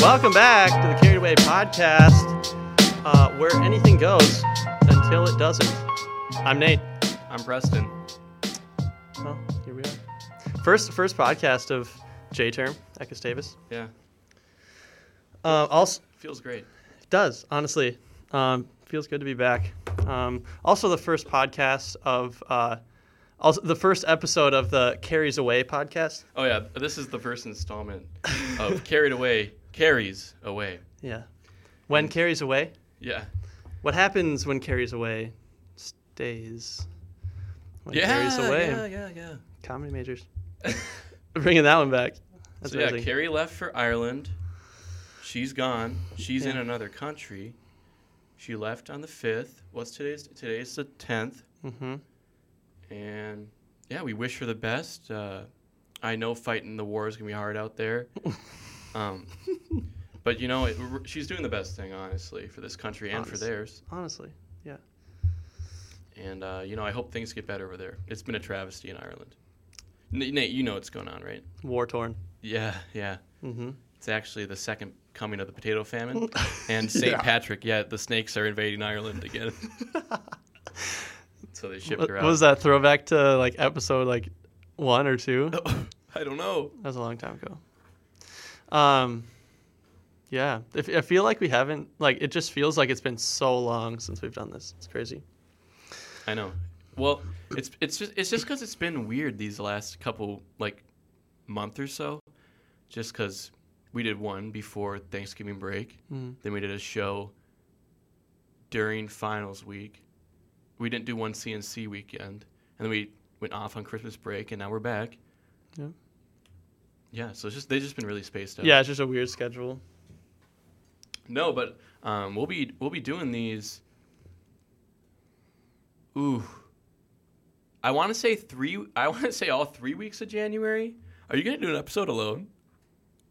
Welcome back to the Carried Away podcast, uh, where anything goes until it doesn't. I'm Nate. I'm Preston. Well, here we are. First, first podcast of J term, Ekus Davis. Yeah, Uh, also, feels great. it does honestly um, feels good to be back. Um, also, the first podcast of uh, also the first episode of the Carries Away podcast. Oh yeah, this is the first installment of Carried Away Carries Away. Yeah, when carries away, Yeah. what happens when carries away stays. When carries away, yeah, yeah, yeah. comedy majors. bringing that one back. That's so yeah, amazing. Carrie left for Ireland. She's gone. She's in Yeah. another country. She left on the fifth. What's today's? Today's the tenth. mm-hmm. And yeah, we wish her the best. Uh, I know fighting the war is gonna be hard out there. Um, but you know, it, she's doing the best thing, honestly, for this country and for Honestly. theirs. Honestly, yeah. And uh, you know, I hope things get better over there. It's been a travesty in Ireland. N- Nate, you know what's going on, right? War torn. Yeah, yeah. Mm-hmm. It's actually the second coming of the potato famine, and St. Yeah. Patrick. Yeah, the snakes are invading Ireland again. so they shipped What, her what out. was that throwback to like episode like one or two? That I don't know. was a long time ago. Um, yeah. If, I feel like we haven't like it just feels like it's been so long since we've done this. It's crazy. I know. Well, it's it's just it's just because it's been weird these last couple like month or so. Just because we did one before Thanksgiving break, Mhm. then we did a show during finals week. We didn't do one CNC weekend, and then we went off on Christmas break, and now we're back. Yeah. Yeah. So it's just they've just been really spaced out. Yeah, it's just a weird schedule. No, but um, we'll be we'll be doing these. Ooh, I want to say three. I want to say all three weeks of January. Are you gonna do an episode alone?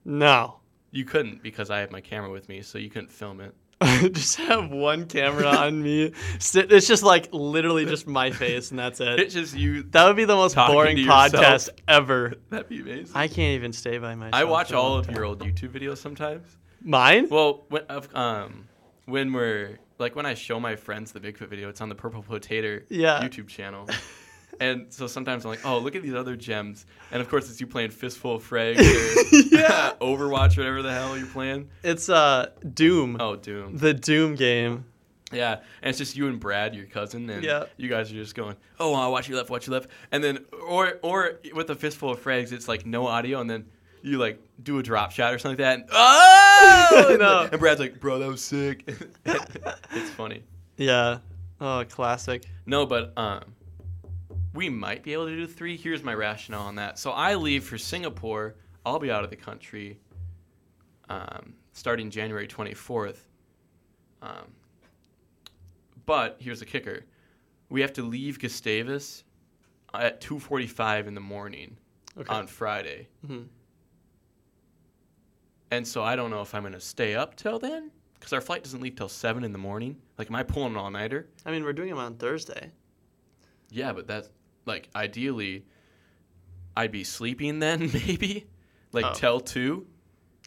No. You couldn't because I have my camera with me, so you couldn't film it. just have one camera on me. Sit- It's just like literally just my face and that's it. It's just you. That would be the most Talking boring to yourself. podcast ever. That'd be amazing. I, I can't even stay by myself. watch for a all long of time. your old YouTube videos sometimes. mine. Well, when of, um, when we're like when I show my friends the Bigfoot video, it's on the Purple Potato Yeah. YouTube channel. And so sometimes I'm like, oh, look at these other gems. And of course, it's you playing Fistful of Frags or Yeah. Overwatch, whatever the hell you're playing. It's uh Doom, Oh, Doom. the Doom game. Yeah. And it's just you and Brad, your cousin. And Yeah. you guys are just going, oh, I'll watch you left, watch you left. And then, or or with a Fistful of Frags, it's like no audio. And then you like do a drop shot or something like that. And, oh! And, No. like- and Brad's like, bro, that was sick. it's funny. Yeah. Oh, classic. No, but um, we might be able to do three. Here's my rationale on that. So I leave for Singapore. I'll be out of the country um, starting January 24th. Um, but here's the kicker: we have to leave Gustavus at 2:45 in the morning Okay. on Friday. Mhm. And so I don't know if I'm gonna stay up till then because our flight doesn't leave till seven in the morning. Like, am I pulling an all nighter? I mean, we're doing them on Thursday. Yeah, but that's like ideally, I'd be sleeping then maybe, like Oh. till two,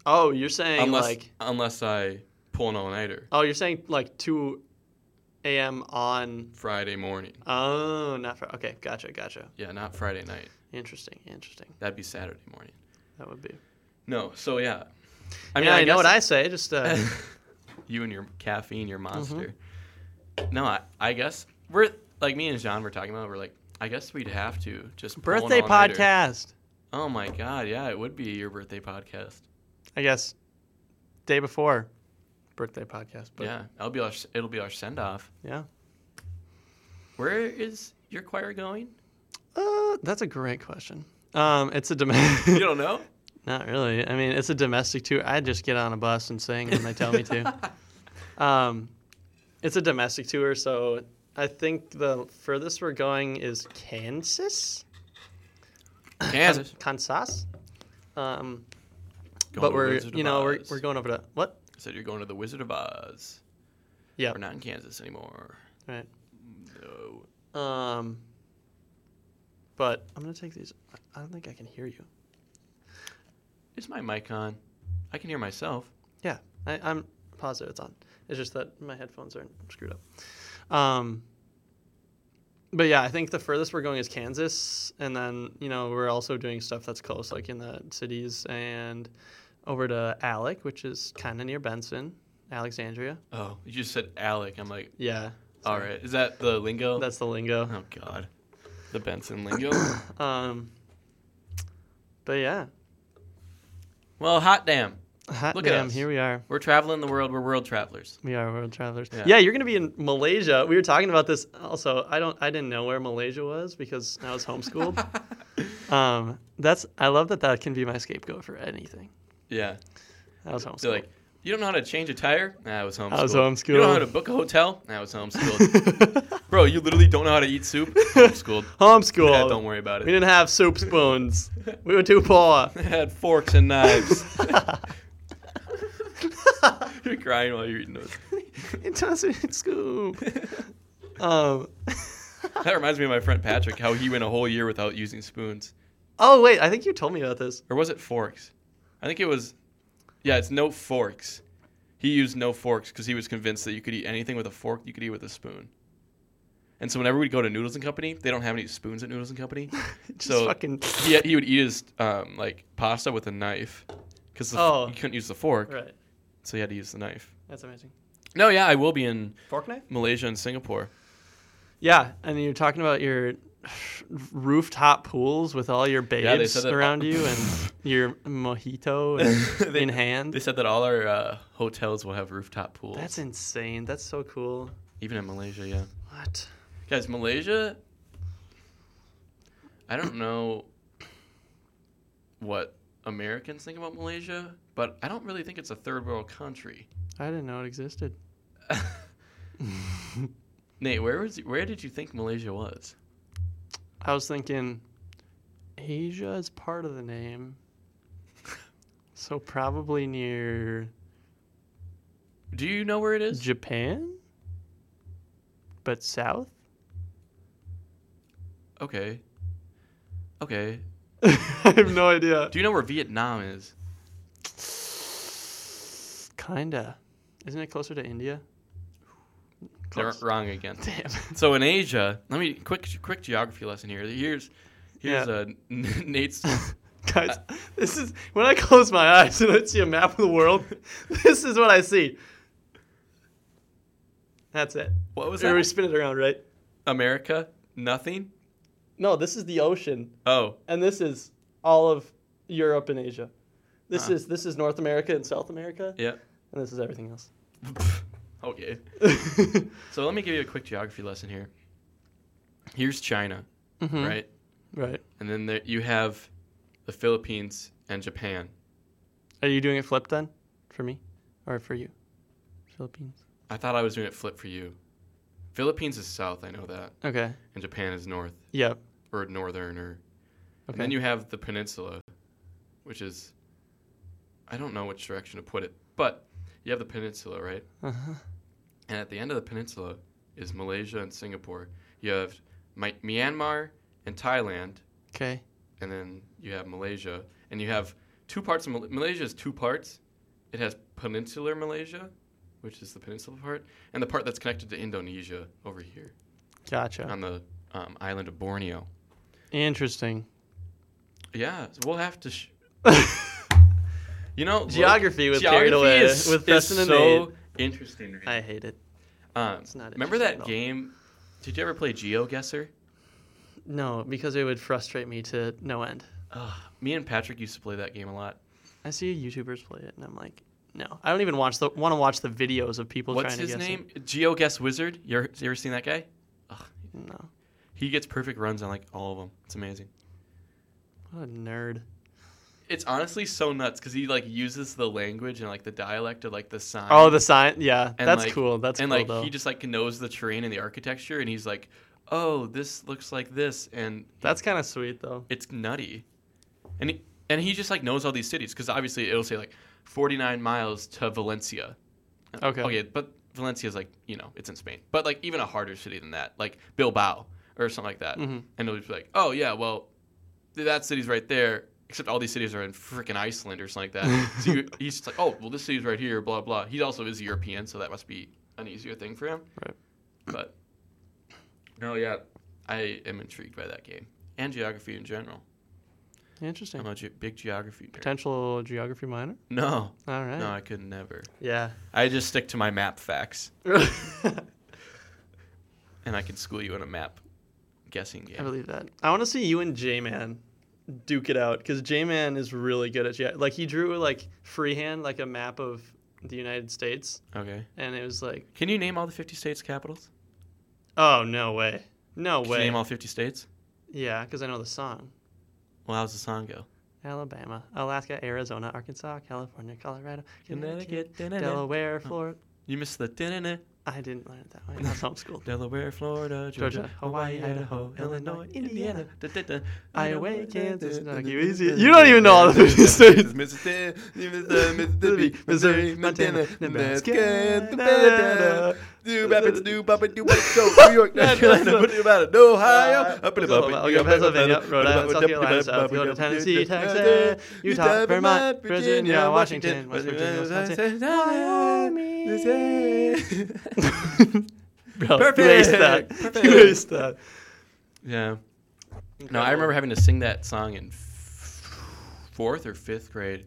Oh, you're saying unless like unless I pull an all nighter oh, you're saying like two a.m. on. Friday morning. Oh, not for. Okay, gotcha, gotcha. Yeah, not Friday night. Interesting, interesting. That'd be Saturday morning. That would be. No, so yeah. I I mean, I, know what guess- I Mm-hmm. say. Just uh, you and your caffeine, your monster. No, I, I guess we're like me and John were talking about. We're like, I guess we'd have to just pull an birthday all-nighter. podcast. Oh my god, yeah, it would be your birthday podcast. I guess day before birthday podcast. But yeah, it'll be our it'll be our send off. yeah. Where is your choir going? Uh, that's a great question. Um, it's a You domestic. don't know? Not really. I mean, it's a domestic tour. I just get on a bus and sing when they tell me to. Um, it's a domestic tour, so I think the furthest we're going is Kansas. Kansas. Kansas. Um, Going but to we're, Wizard of you know, we're, Oz. we're going over to what? Said you're going to the Wizard of Oz. Yeah. We're not in Kansas anymore. Right. No. Um, but I'm gonna take these. I- I don't think I can hear you. Is my mic on? I can hear myself. Yeah, I, I'm positive it's on. It's just that my headphones are screwed up. Um, but yeah, I think the furthest we're going is Kansas, and then you know we're also doing stuff that's close, like in the cities and over to Alec, which is kind of near Benson, Alexandria. Oh, you just said Alec. I'm like, Yeah, all right. Is that the lingo? that's the lingo. oh God, the Benson lingo. Um, but yeah, well, hot damn. hot Look at damn, us. here we are. We're traveling the world. We're world travelers. We are world travelers. Yeah. Yeah. you're gonna be in Malaysia. We were talking about this also. I don't, I didn't know where Malaysia was because I was homeschooled. um, that's I love that that can be my scapegoat for anything. Yeah. I was homeschooled. So like, you don't know how to change a tire? Nah, I was homeschooled. I was You don't know how homeschooled. to book a hotel? Nah, I was homeschooled. Bro, you literally don't know how to eat soup? Homeschooled. homeschooled. Yeah, don't worry about We it. didn't have soup spoons. we were too poor. I had forks and knives. you're crying while you're eating those. it doesn't scoop. Um, That reminds me of my friend Patrick, how he went a whole year without using spoons. oh wait, I think you told me about this. Or was it forks? I think it was. Yeah, it's no forks. He used no forks because he was convinced that you could eat anything with a fork, you could eat with a spoon. And so whenever we'd go to Noodles and Company, they don't have any spoons at Noodles and Company. Just So- fucking he, he would eat his um, like pasta with a knife because Oh. he couldn't use the fork, right. so he had to use the knife. That's amazing. No, yeah, I will be in Fork knife. Malaysia and Singapore. Yeah, and you're talking about your rooftop pools with all your they babes said that- around you and your mojito and They- in They hand. said that all our uh, hotels will have rooftop pools, That's insane. That's so cool. even in Malaysia. Yeah, What? guys, Malaysia. I don't know what Americans think about Malaysia, but I don't really think it's a third world country. I didn't know it existed. Nate, where was where did you think Malaysia was? I was thinking Asia is part of the name. So probably near Do you know where it is? Japan? But south? Okay. Okay. I have no idea. Do you know where Vietnam is? Kinda. Isn't it closer to India? They're Close. wrong again. Damn. So in Asia, let me quick quick geography lesson here. Here's here's Yeah. uh, Nate's. Guys, this is when I close my eyes and I see a map of the world. This is what I see. That's it. What was Or we that? spin it around, right? America? Nothing. No, this is the ocean, Oh, and this is all of Europe and Asia. This Huh. is this is North America and South America, yeah. and this is everything else. Okay. So let me give you a quick geography lesson here. Here's China, Mhm. right? Right. And then there, you have the Philippines and Japan. Are you doing it flip then, for me, or for you? Philippines. I thought I was doing it flip for you. Philippines is south, I know that, Okay. and Japan is north Yep. or northern or Okay. And then you have the peninsula, which is, I don't know which direction to put it, but you have the peninsula, right? uh-huh. And at the end of the peninsula is Malaysia and Singapore. You have Mi- Myanmar and Thailand, Okay. and then you have Malaysia. And you have two parts of Mal- Malaysia is two parts. It has peninsular Malaysia, which is the peninsula part, and the part that's connected to Indonesia over here Gotcha. on the um, island of Borneo. Interesting. Yeah, so we'll have to. Sh- you know, Geography was carried geography away is- with is Dustin and so interesting. Right? I hate it. Um, It's not remember interesting at that all. game? Did you ever play GeoGuessr? No, because it would frustrate me to no end. Ugh, me and Patrick used to play that game a lot. I see YouTubers play it, and I'm like, no, I don't even watch the want to watch the videos of people What's trying his to guess. name? GeoGuess Wizard. You ever, you ever seen that guy? Ugh, It. No, he gets perfect runs on like all of them. It's amazing. what a nerd. It's honestly so nuts because he like uses the language and like the dialect of like the sign. Oh, the sign. Yeah, And, that's like- cool. That's and cool like though. he just like knows the terrain and the architecture, and he's like, "Oh, this looks like this," and that's kind of sweet though. it's nutty. And he, and he just like knows all these cities because obviously it'll say like 49 miles to Valencia. Okay. Okay, but Valencia is like you know it's in Spain, but like even a harder city than that, like Bilbao or something like that. Mhm. And it'll just be like, oh yeah, well, th- that city's right there. Except all these cities are in freaking Iceland or something like that. so you, he's just like, oh, well, this city's right here, blah blah. He also is European, so that must be an easier thing for him. Right. But no, yeah, I am intrigued by that game and geography in general. I'm Interesting. a ge- big geography nerd. Potential geography minor. No, All right. no, I could never. Yeah. I just stick to my map facts, and I can school you in a map guessing I game. believe that. I want to see you and J Man duke it out because J Man is really good at ge- like he drew like freehand like a map of the United States Okay. and it was like Can you name all the 50 states' capitals? oh no way no Can you way name all 50 states? yeah because I know the song Well, how's the song go? Alabama Alaska Arizona Arkansas California Colorado Connecticut Connecticut, Delaware. Delaware Florida You missed the da-na-na. I didn't learn it that way I was homeschooled Delaware, Florida, Georgia, Georgia, Hawaii, Hawaii, Idaho, Idaho, Illinois, Illinois, Indiana, da-da-da, Iowa, Kansas, da-da-da, Kentucky, da-da-da, Louisiana. You don't even know all the 50 states. Mississippi, Mississippi, Missouri, Montana, Nebraska, Nevada. Do rapids, do bumper, do what? Go New York, North Carolina, put it about it, Ohio, up in the bumper, Alabama, Pennsylvania, Rhode Island, South Carolina, South Dakota, Tennessee, Texas, Utah, Vermont, Virginia, Washington, West Virginia, Wisconsin. Miami. Bro, Perfect. Erase that. Perfect. Erase that. Yeah. No, I remember having to sing that song in f- fourth or fifth grade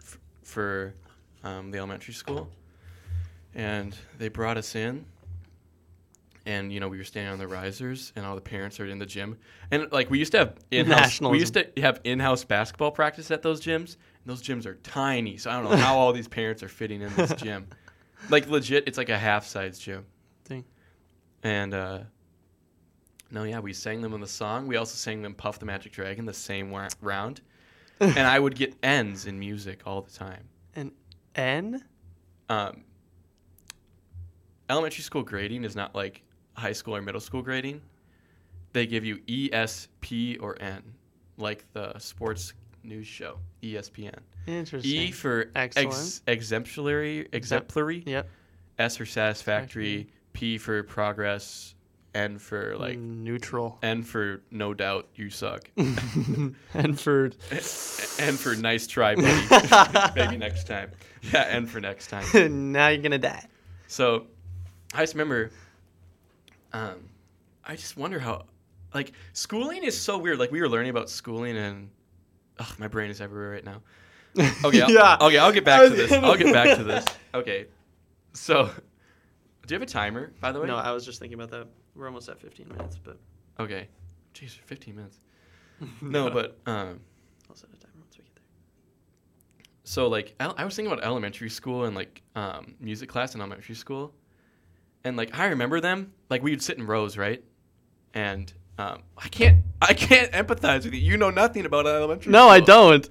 f- for um, the elementary school, and they brought us in, and you know we were standing on the risers, and all the parents are in the gym, and like we used to have in-house, we Nationalism. used to have in-house basketball practice at those gyms, and those gyms are tiny, so I don't know how all these parents are fitting in this gym, like legit, it's like a half-size gym. Dang. And uh, no, yeah, we sang them in the song. We also sang them "Puff the Magic Dragon" the same wa- round. and I would get N's in music all the time. N? Um, elementary school grading is not like high school or middle school grading. They give you ESP or N, like the sports news show E ESPN. Interesting. E for ex- Excellent. exemplary, exemplary. Yep. S for satisfactory, P for progress, N for like Mm. neutral. N for no doubt you suck. and for N for nice try, buddy. Maybe next time. Yeah, N for next time. now you're gonna die. So I just remember um I just wonder how like schooling is so weird. Like we were learning about schooling and ugh, my brain is everywhere right now. Okay, Oh, I'll, Yeah. okay, I'll get back to this. I'll get back to this. Okay. So do you have a timer, by the way? No, I was just thinking about that. We're almost at 15 minutes, but Okay. Jeez, 15 minutes. No, but um I'll set a timer once we get there. so like el- I was thinking about elementary school and like um, music class in elementary school, and like I remember them like we would sit in rows right, and um, I can't I can't empathize with you. You know nothing about elementary. No, I school. don't.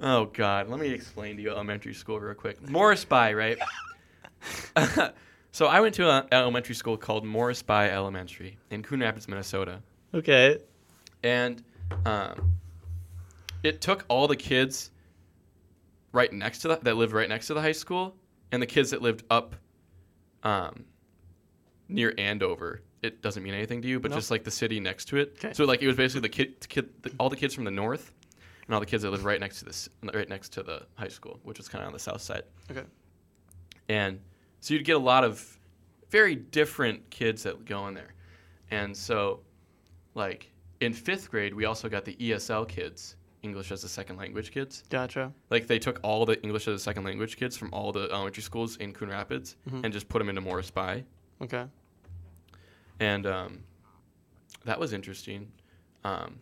Oh God, let me explain to you elementary school real quick. Morris By right. so I went to an elementary school called Morris By Elementary in Coon Rapids, Minnesota Okay. and um, it took all the kids right next to the, that lived right next to the high school and the kids that lived up um, near Andover. It doesn't mean anything to you, but No. just like the city next to it. 'Kay. So like it was basically the kid, the kid the, all the kids from the north and all the kids that lived right next to this right next to the high school, which was kind of on the south side. Okay. And so you'd get a lot of very different kids that go in there. And so, like, in fifth grade, we also got the ESL kids, English as a Second Language kids. Gotcha. Like, they took all the English as a Second Language kids from all the elementary schools in Coon Rapids Mhm. and just put them into Morris By. Okay. And um, that was interesting. Um,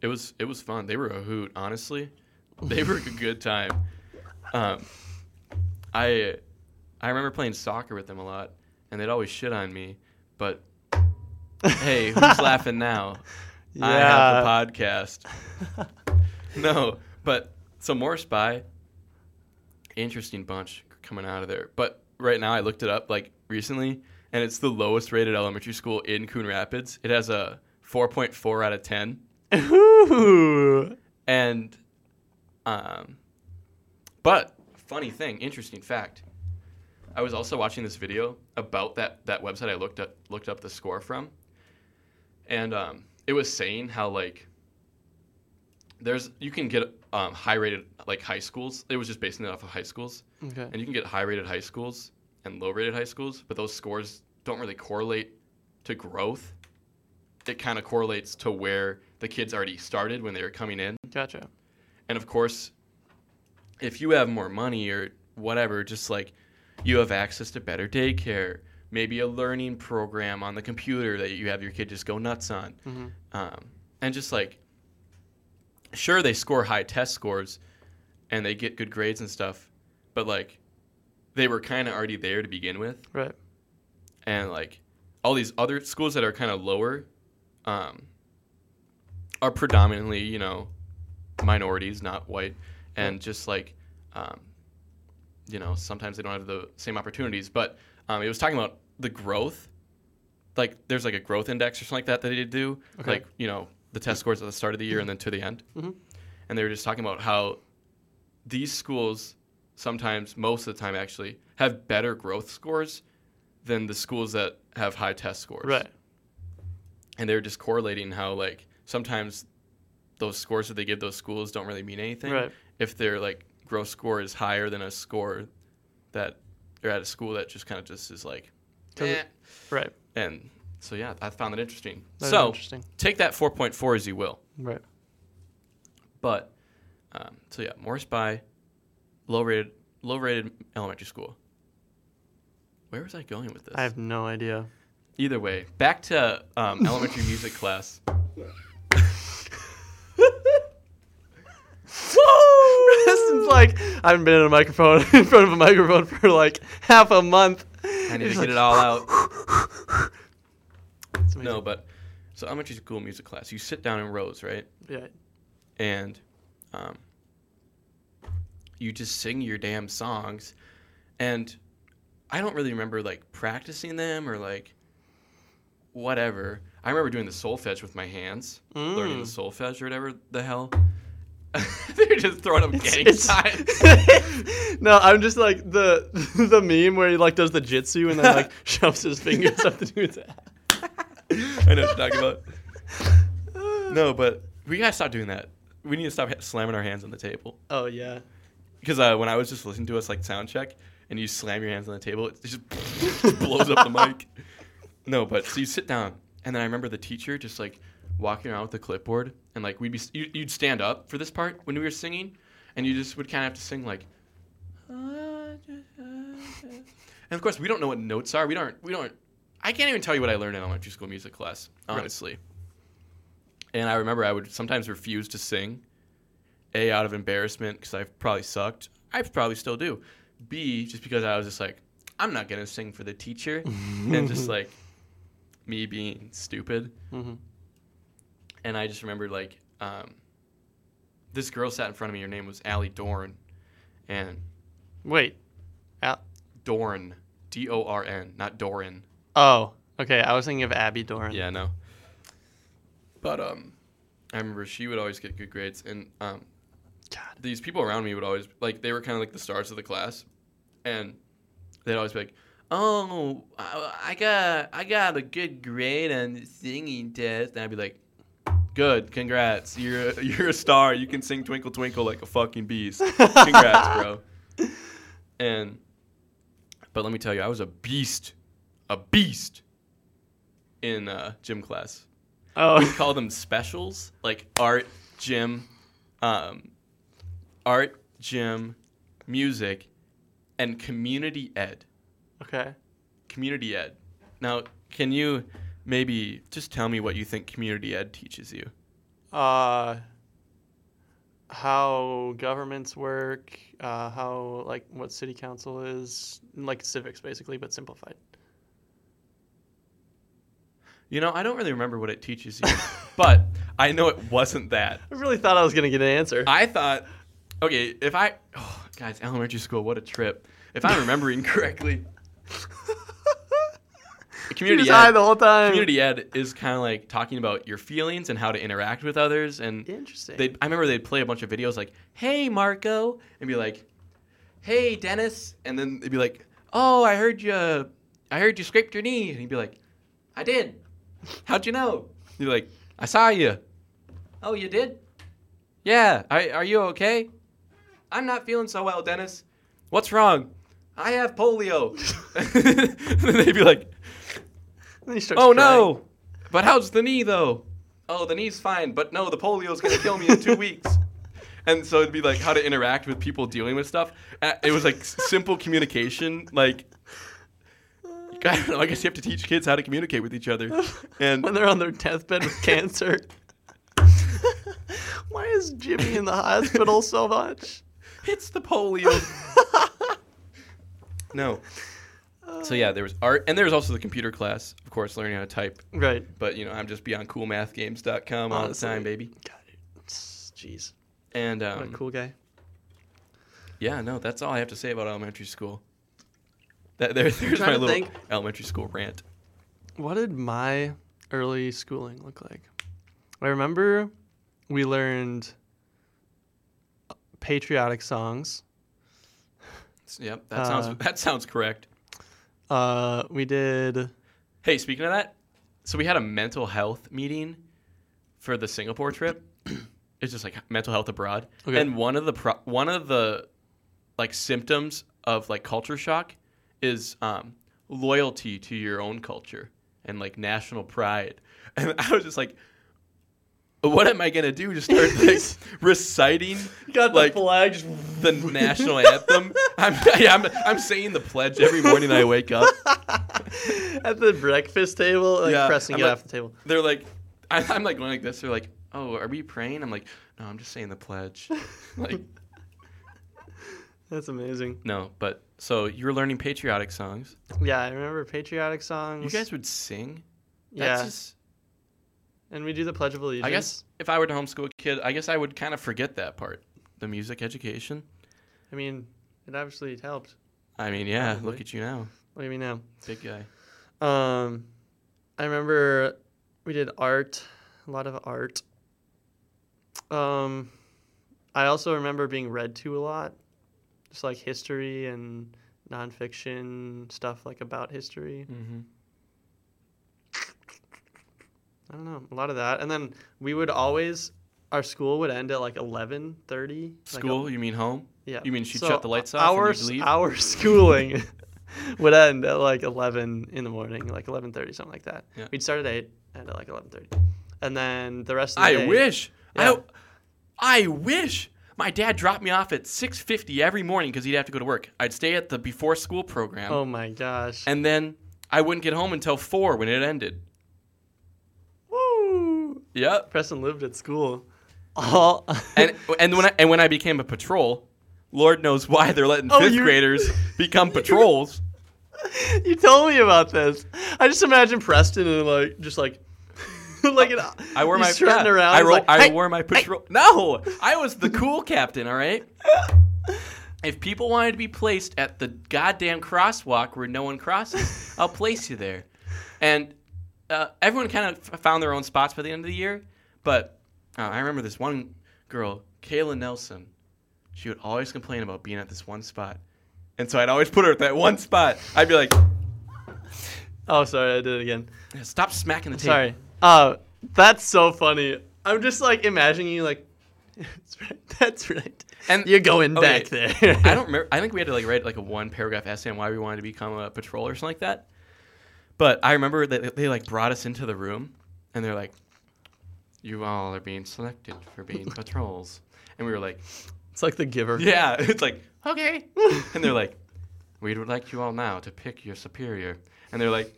it was it was fun. They were a hoot, honestly. They were a good time. Um, I I remember playing soccer with them a lot, and they'd always shit on me. But hey, who's laughing now? I have the podcast. no, but so more spy. Interesting bunch coming out of there. But right now, I looked it up like recently, and it's the lowest rated elementary school in Coon Rapids. It has a 4.4 out of 10, Ooh. and um, but funny thing, interesting fact. I was also watching this video about that that website I looked up looked up the score from, and um, it was saying how like there's you can get um, high rated like high schools. It was just basing it off of high schools, Okay. and you can get high rated high schools and low rated high schools, but those scores don't really correlate to growth. It kind of correlates to where the kids already started when they were coming in. Gotcha. And of course, if you have more money or whatever, just like you have access to better daycare, maybe a learning program on the computer that you have your kid just go nuts on. Mhm. Um, and just like, sure, they score high test scores and they get good grades and stuff, but like, they were kind of already there to begin with Right. and like all these other schools that are kind of lower um, are predominantly you know minorities not white and just like um, you know sometimes they don't have the same opportunities but um, it was talking about the growth like there's like a growth index or something like that that they do Okay. like you know the test scores at the start of the year and then to the end Mhm. and they were just talking about how these schools sometimes most of the time actually have better growth scores than the schools that have high test scores Right. and they were just correlating how like sometimes those scores that they give those schools don't really mean anything Right. if their like growth score is higher than a score that they're at a school that just kind of just is like 'Cause it- eh. Right. and so yeah i found that interesting That's so interesting. take that 4.4 as you will Right. but um, so yeah, Morris by low rated low rated elementary school. Where was I going with this? I have no idea. Either way, back to um, elementary music class. Woo! Preston's like, I haven't been in a microphone in front of a microphone for like half a month. I need to get it all out. It's amazing. No, but so elementary school music class, you sit down in rows, right? Yeah. and um, you just sing your damn songs. And I don't really remember like practicing them or like whatever. I remember doing the solfege with my hands, learning the Mm. solfege or whatever the hell. They're just throwing up gang signs. no, I'm just like the the meme where he like does the jitsu and then like shoves his fingers up to do that. I know what you're talking about. No, but we gotta stop doing that. We need to stop ha- slamming our hands on the table. Oh yeah. Because uh, when I was just listening to us like sound check, and you slam your hands on the table, it just blows up the mic. No, but so you sit down, and then I remember the teacher just like walking around with the clipboard, and like we'd be you, you'd stand up for this part when we were singing, and you just would kind of have to sing like. And of course, we don't know what notes are. We don't. We don't. I can't even tell you what I learned in elementary school music class, Right. honestly. And I remember I would sometimes refuse to sing, a out of embarrassment because I've probably sucked. I probably still do. B just because I was just like, I'm not gonna sing for the teacher, and just like me being stupid. Mm-hmm. And I just remember like um, this girl sat in front of me. Her name was Allie Dorn, and Wait. Al- Dorn, D O R N, not Doran. oh, okay. I was thinking of Abby Doran. Yeah, no. But um, I remember she would always get good grades, and um, God. these people around me would always like they were kind of like the stars of the class, and they'd always be like, "Oh, I, I got I got a good grade on the singing test," and I'd be like, "Good, congrats! You're a, you're a star. You can sing Twinkle Twinkle like a fucking beast. Congrats, bro." And but let me tell you, I was a beast, a beast in uh, gym class we Oh. call them specials, like art, gym, um, art, gym, music, and community ed. Okay. Community ed. Now, can you maybe just tell me what you think community ed teaches you? Uh. How governments work, uh, how like what city council is, like civics basically, but simplified. You know, I don't really remember what it teaches you, but I know it wasn't that. I really thought I was gonna get an answer. I thought, okay, if I, oh, guys, elementary school, what a trip. If I'm remembering correctly, community Just high ed. the whole time. community ed is kind of like talking about your feelings and how to interact with others and Interesting. they i remember they'd play a bunch of videos like hey marco and be like hey dennis and then they'd be like oh i heard you i heard you scraped your knee and he'd be like i did how'd you know you're like i saw you oh you did Yeah. I, are you okay? I'm not feeling so well, Dennis. What's wrong? I have polio. and they'd be like, And he starts oh crying. no. But how's the knee though? Oh, the knee's fine, but no, the polio's gonna kill me in two weeks. And so it'd be like how to interact with people dealing with stuff. Uh, It was like s- simple communication, like. I don't know. I guess you have to teach kids how to communicate with each other, and When they're on their deathbed with cancer. Why is Jimmy in the hospital so much? It's the polio. no. So yeah, there was art, and there was also the computer class, of course, learning how to type. Right. But you know, I'm just beyond coolmathgames.com all the Honestly. time, baby. God, it's- jeez. And What a um, cool guy. yeah, no, that's all I have to say about elementary school. That there, there's trying my to little think. elementary school rant. What did my early schooling look like? I remember we learned uh, patriotic songs. S- Yep, that sounds Uh, that sounds correct. Uh, we did. Hey, speaking of that, so we had a mental health meeting for the Singapore trip. it's just like mental health abroad, Okay. and one of the pro- one of the like symptoms of like culture shock is um, loyalty to your own culture and like national pride. And I was just like, what am I gonna do? Just start like reciting like flag. Just... the national anthem. I'm, yeah, I'm I'm saying the pledge every morning I wake up. At the breakfast table, like Yeah, pressing I'm it like- off the table. they're like, I, I'm like going like this. They're like, oh, are we praying? I'm like, no, I'm just saying the pledge. like, That's amazing. no, but so you were learning patriotic songs. Yeah, I remember patriotic songs. You guys would sing. yeah, That's just, and we do the Pledge of Allegiance. I guess if I were to homeschool a kid, I guess I would kind of forget that part, the music education. I mean, it obviously helped. I mean, yeah, Probably. look at you now, What do you mean now? big guy. Um, I remember we did art, a lot of art. Um, I also remember being read to a lot, just like history and nonfiction stuff, like about history. Mm-hmm. I don't know, a lot of that. And then we would always, our school would end at like eleven thirty. School? you mean home? Yeah. You mean she'd shut the lights off and Our you'd s- leave? our schooling would end at like eleven in the morning, like eleven thirty, something like that. Yeah. We'd start at eight, end at like eleven thirty, and then the rest of the I day. wish. Yeah. I I wish. My dad dropped me off at 6:50 every morning because he'd have to go to work. I'd stay at the before school program. Oh my gosh. and then I wouldn't get home until four when it ended. Woo! Yep. Preston lived at school. All And and when I, and when I became a patrol, Lord knows why they're letting Oh, fifth you- graders become patrols. you told me about this. I just imagine Preston and like just like like an, Oh, I wore he's my strutting yeah, around. I, he's ro- like, I "Hey, wore my patrol. No, I was the cool captain. All right. If people wanted to be placed at the goddamn crosswalk where no one crosses, I'll place you there. And uh, everyone kind of f- found their own spots by the end of the year. But uh, I remember this one girl, Kayla Nelson. She would always complain about being at this one spot. And so I'd always put her at that one spot. I'd be like, Oh, sorry, I did it again. stop smacking the table. Sorry. Uh, that's so funny. I'm just like imagining you like, that's right. That's right. And- you're going okay. back there. I don't remember. I think we had to like write like a one paragraph essay on why we wanted to become a patrol or something like that. But I remember that they like brought us into the room and they're like, "You all are being selected for being patrols," and we were like, It's like the giver. "Yeah." It's like okay, and they're like, "We would like you all now to pick your superior," and they're like,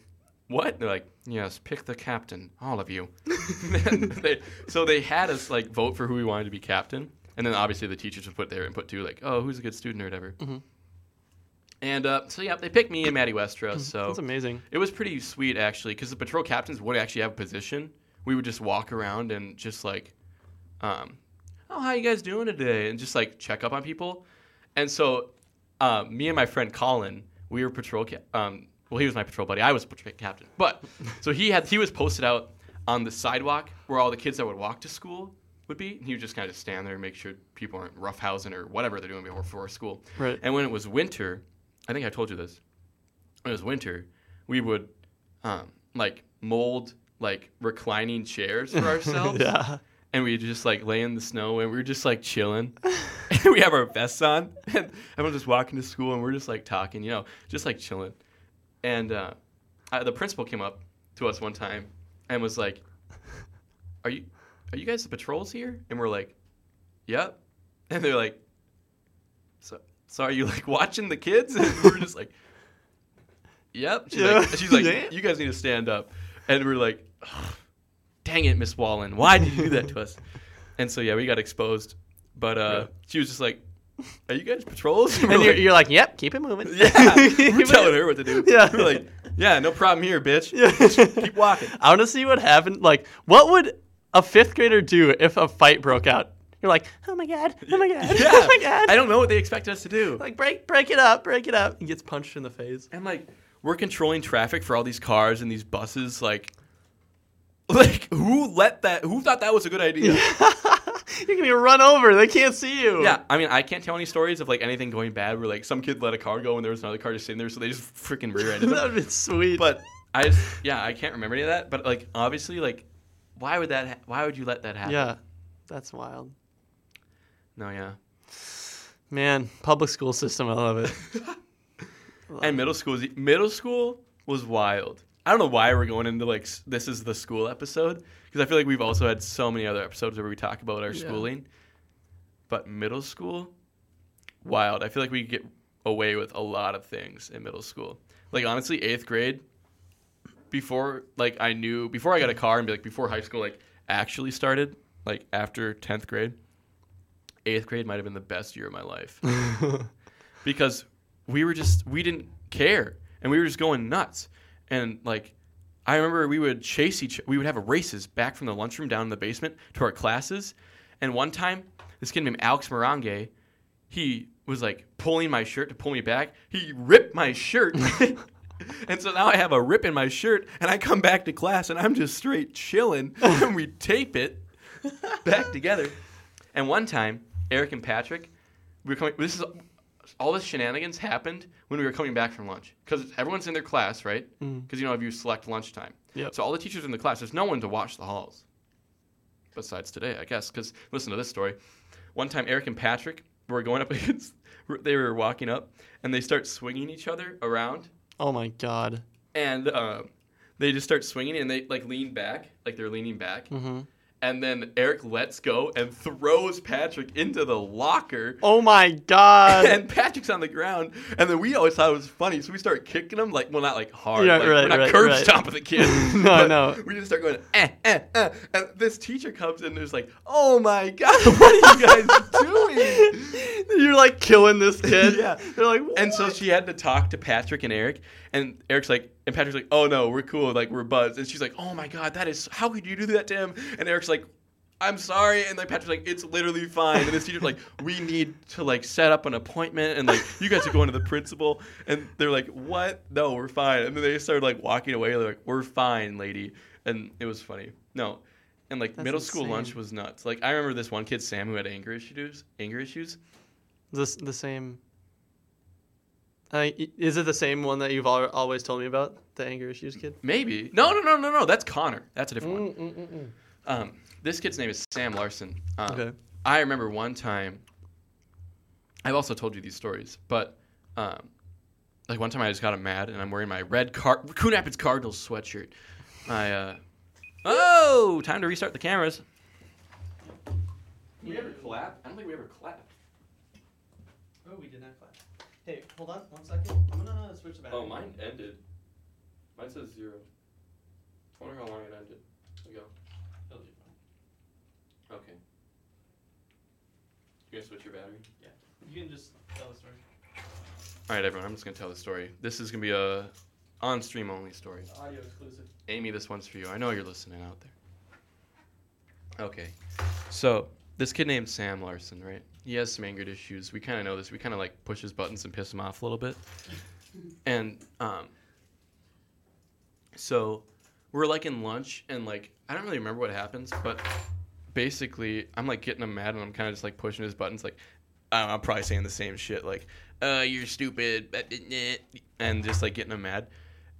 "What?" They're like, "Yes, pick the captain, all of you." And they, so they had us like vote for who we wanted to be captain, and then obviously the teachers would put their input too, like, "Oh, who's a good student or whatever." And uh, so yeah, they picked me and Maddie Westra. So That's amazing. it was pretty sweet actually, because the patrol captains would actually have a position. We would just walk around and just like, um, oh, how you guys doing today? And just like check up on people. And so, uh, me and my friend Colin, we were patrol. Ca- um, well, he was my patrol buddy. I was patrol captain. But so he had he was posted out on the sidewalk where all the kids that would walk to school would be, and he would just kind of stand there and make sure people aren't roughhousing or whatever they're doing before, before school. Right. And when it was winter, I think I told you this. When it was winter, we would um, like mold like reclining chairs for ourselves yeah. and we just like lay in the snow and we were just like chilling. and we have our vests on, and everyone's just walking to school, and we're just like talking, you know, just like chilling. And uh, I, the principal came up to us one time and was like, "Are you, are you guys the patrols here?" And we're like, "Yep." And they're like, "So, so are you like watching the kids?" And we're just like, "Yep." She's like, Yeah. she's like Yeah. "You guys need to stand up," and we're like, "Ugh, "Dang it, Miss Wallen, why did you do that to us?" And so yeah, we got exposed. But uh, she was just like, "Are you guys patrols?" And we're And you're, like, you're like, yep, keep it moving. yeah, Keep we're it- telling her what to do. Yeah. We're like, yeah, no problem here, bitch. Yeah. Keep walking. I want to see what happened. Like, what would a fifth grader do if a fight broke out? You're like, oh my god, oh my god, Yeah. oh my god. I don't know what they expected us to do. like break, break it up, break it up. He gets punched in the face. And like, we're controlling traffic for all these cars and these buses. Like, like who let that? Who thought that was a good idea? Yeah. You're gonna be run over. They can't see you. I mean, I can't tell any stories of like anything going bad where like some kid let a car go and there was another car just sitting there, so they just freaking rear-ended them. that'd be sweet. But I just, yeah, I can't remember any of that. But like, obviously, like, why would that? Ha- why would you let that happen? yeah, that's wild, No, yeah. man. Public school system, I love it. And middle school, was- middle school was wild. I don't know why we're going into like s- this is the school episode because I feel like we've also had so many other episodes where we talk about our Yeah. schooling, but middle school, wild. I feel like we get away with a lot of things in middle school. Like honestly, eighth grade, before like I knew before I got a car and like before high school like actually started like after tenth grade, eighth grade might have been the best year of my life because we were just we didn't care and we were just going nuts and like i remember we would chase each we would have races back from the lunchroom down in the basement to our classes and one time this kid named alex morange he was like pulling my shirt to pull me back he ripped my shirt and so now i have a rip in my shirt and i come back to class and i'm just straight chilling and we tape it back together and one time eric and patrick we were coming this is all this shenanigans happened when we were coming back from lunch because everyone's in their class, right? Because you know if you select lunchtime. Yep. So all the teachers in the class, there's no one to watch the halls. Besides today, I guess. Because listen to this story. One time, Eric and Patrick were going up against. They were walking up, and they start swinging each other around, oh my god. and uh, they just start swinging, and they like lean back, like they're leaning back, Mhm. and then Eric lets go and throws Patrick into the locker Oh my god. and Patrick's on the ground, and then we always thought it was funny, so we start kicking him like, well, not like hard, Yeah, like, right, we're not right, curb right. stomping the kid. No, but no. We just start going, eh, eh, eh, and this teacher comes in and is like, oh my god, what are you guys doing? You're like killing this kid. Yeah. They're like, And so she had to talk to Patrick and Eric, and Eric's like, and Patrick's like, oh no, we're cool, like we're buds, and she's like, oh my god, that is, how could you do that to him? And Eric's like. I'm sorry, and like Patrick's like, it's literally fine. And this teacher's like, we need to like set up an appointment, and like you guys are going to the principal, and they're like, what? No, we're fine. And then they started like walking away. They're like, we're fine, lady. And it was funny. No, and like That's middle school insane. lunch was nuts. Like I remember this one kid, Sam, who had anger issues. Anger issues. this the same. I is it the same one that you've al- always told me about the anger issues kid? Maybe. No, no, no, no, no. That's Connor. That's a different one. Um, this kid's name is Sam Larson. Um, Okay. I remember one time. I've also told you these stories, but um, like one time I just got him mad, and I'm wearing my red Car- Coon Rapids Cardinals sweatshirt. My uh, oh, time to restart the cameras. We ever clap? I don't think we ever clapped. Oh, we did not clap. Hey, hold on one second. I'm gonna switch the Oh, mine ended. Mine says zero. I wonder how long it ended ago. That'll be fine. Okay. You gonna switch your battery? You can just tell the story. All right, everyone. I'm just gonna tell the story. This is gonna be a on-stream only story. Audio exclusive. Amy, this one's for you. I know you're listening out there. Okay. So, this kid named Sam Larson, right? He has some anger issues. We kind of know this. We kind of like push his buttons and piss him off a little bit. And um so we're like in lunch and like I don't really remember what happens, but basically I'm like getting him mad and I'm kind of just like pushing his buttons like I don't know, I'm probably saying the same shit like uh you're stupid and just like getting him mad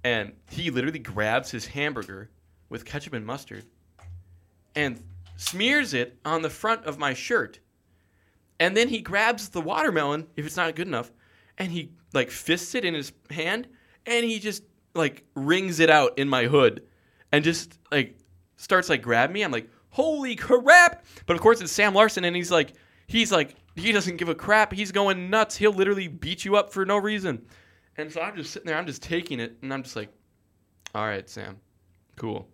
and he literally grabs his hamburger with ketchup and mustard and smears it on the front of my shirt. And then he grabs the watermelon, if it's not good enough, and he like fists it in his hand and he just like wrings it out in my hood and just like starts like grab me. I'm like, holy crap! But of course it's Sam Larson and he's like he's like he doesn't give a crap. He's going nuts. He'll literally beat you up for no reason. And so I'm just sitting there, I'm just taking it, and I'm just like, all right, Sam, cool.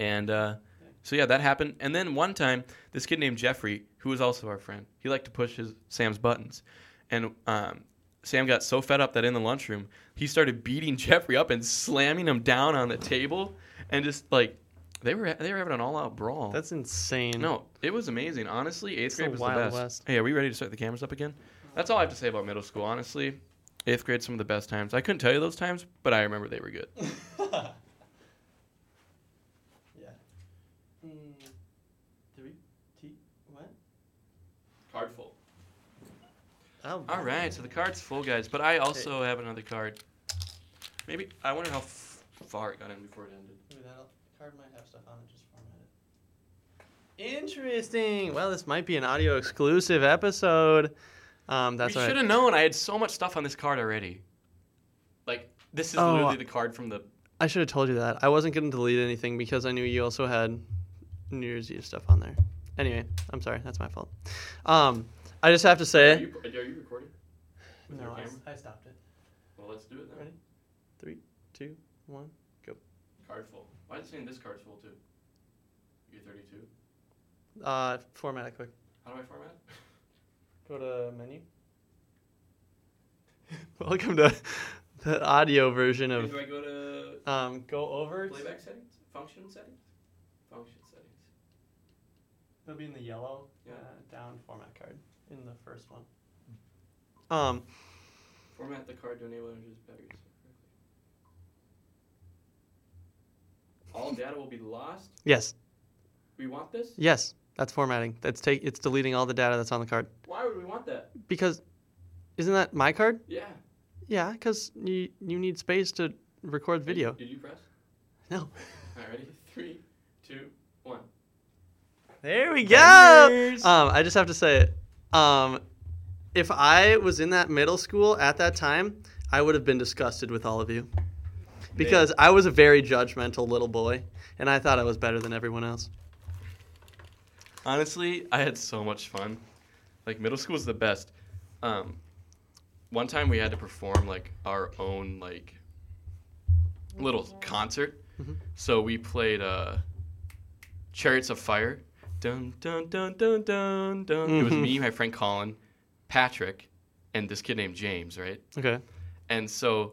And uh, so yeah, that happened. And then one time, this kid named Jeffrey, who was also our friend, he liked to push his Sam's buttons, and um, Sam got so fed up that in the lunchroom, he started beating Jeffrey up and slamming him down on the table, and just like they were they were having an all-out brawl. That's insane. No, it was amazing. Honestly, eighth It's grade the was Wild the best. West. Hey, are we ready to start the cameras up again? That's all I have to say about middle school. Honestly, eighth grade some of the best times. I couldn't tell you those times, but I remember they were good. yeah. Mm, three, t, what? Card full. Oh, All right, so the card's full, guys. But I also have another card. Maybe I wonder how f- far it got in before it ended. Maybe that card might have stuff on it. Just format it. Interesting. Well, this might be an audio exclusive episode. Um, that's we all should right. have known. I had so much stuff on this card already. Like this is Oh, literally the card from the. I should have told you that. I wasn't going to delete anything because I knew you also had New Year's Eve stuff on there. Anyway, I'm sorry. That's my fault. Um, I just have to Are, say. you, are you recording? with your camera? I stopped it. Well, let's do it then. Ready? Three, two, one. Card full. Why is it saying this card's full too? You're 32. Uh, format it quick. How do I format? Go to menu. Welcome to the audio version of. I go to Um, go over. settings? Function settings? Function settings. It'll be in the yellow Yeah. uh, down format card in the first one. Um, Format the card to enable images better. All data will be lost. yes, We want this? yes, that's formatting. That's take. It's deleting all the data that's on the card Why would we want that? because, isn't that my card? Yeah. Yeah, because you you need space to record video. Did you press? No. All right, ready? Three, two, one. There we go. Bangers. Um, I just have to say, um, if I was in that middle school at that time, I would have been disgusted with all of you. Because I was a very judgmental little boy, and I thought I was better than everyone else. Honestly, I had so much fun. Like middle school was the best. Um, one time we had to perform like our own like little concert. Mhm. So we played uh, Chariots of Fire. Dun dun dun dun dun dun. It was Mhm. me, my friend Colin, Patrick, and this kid named James, right? Okay. And so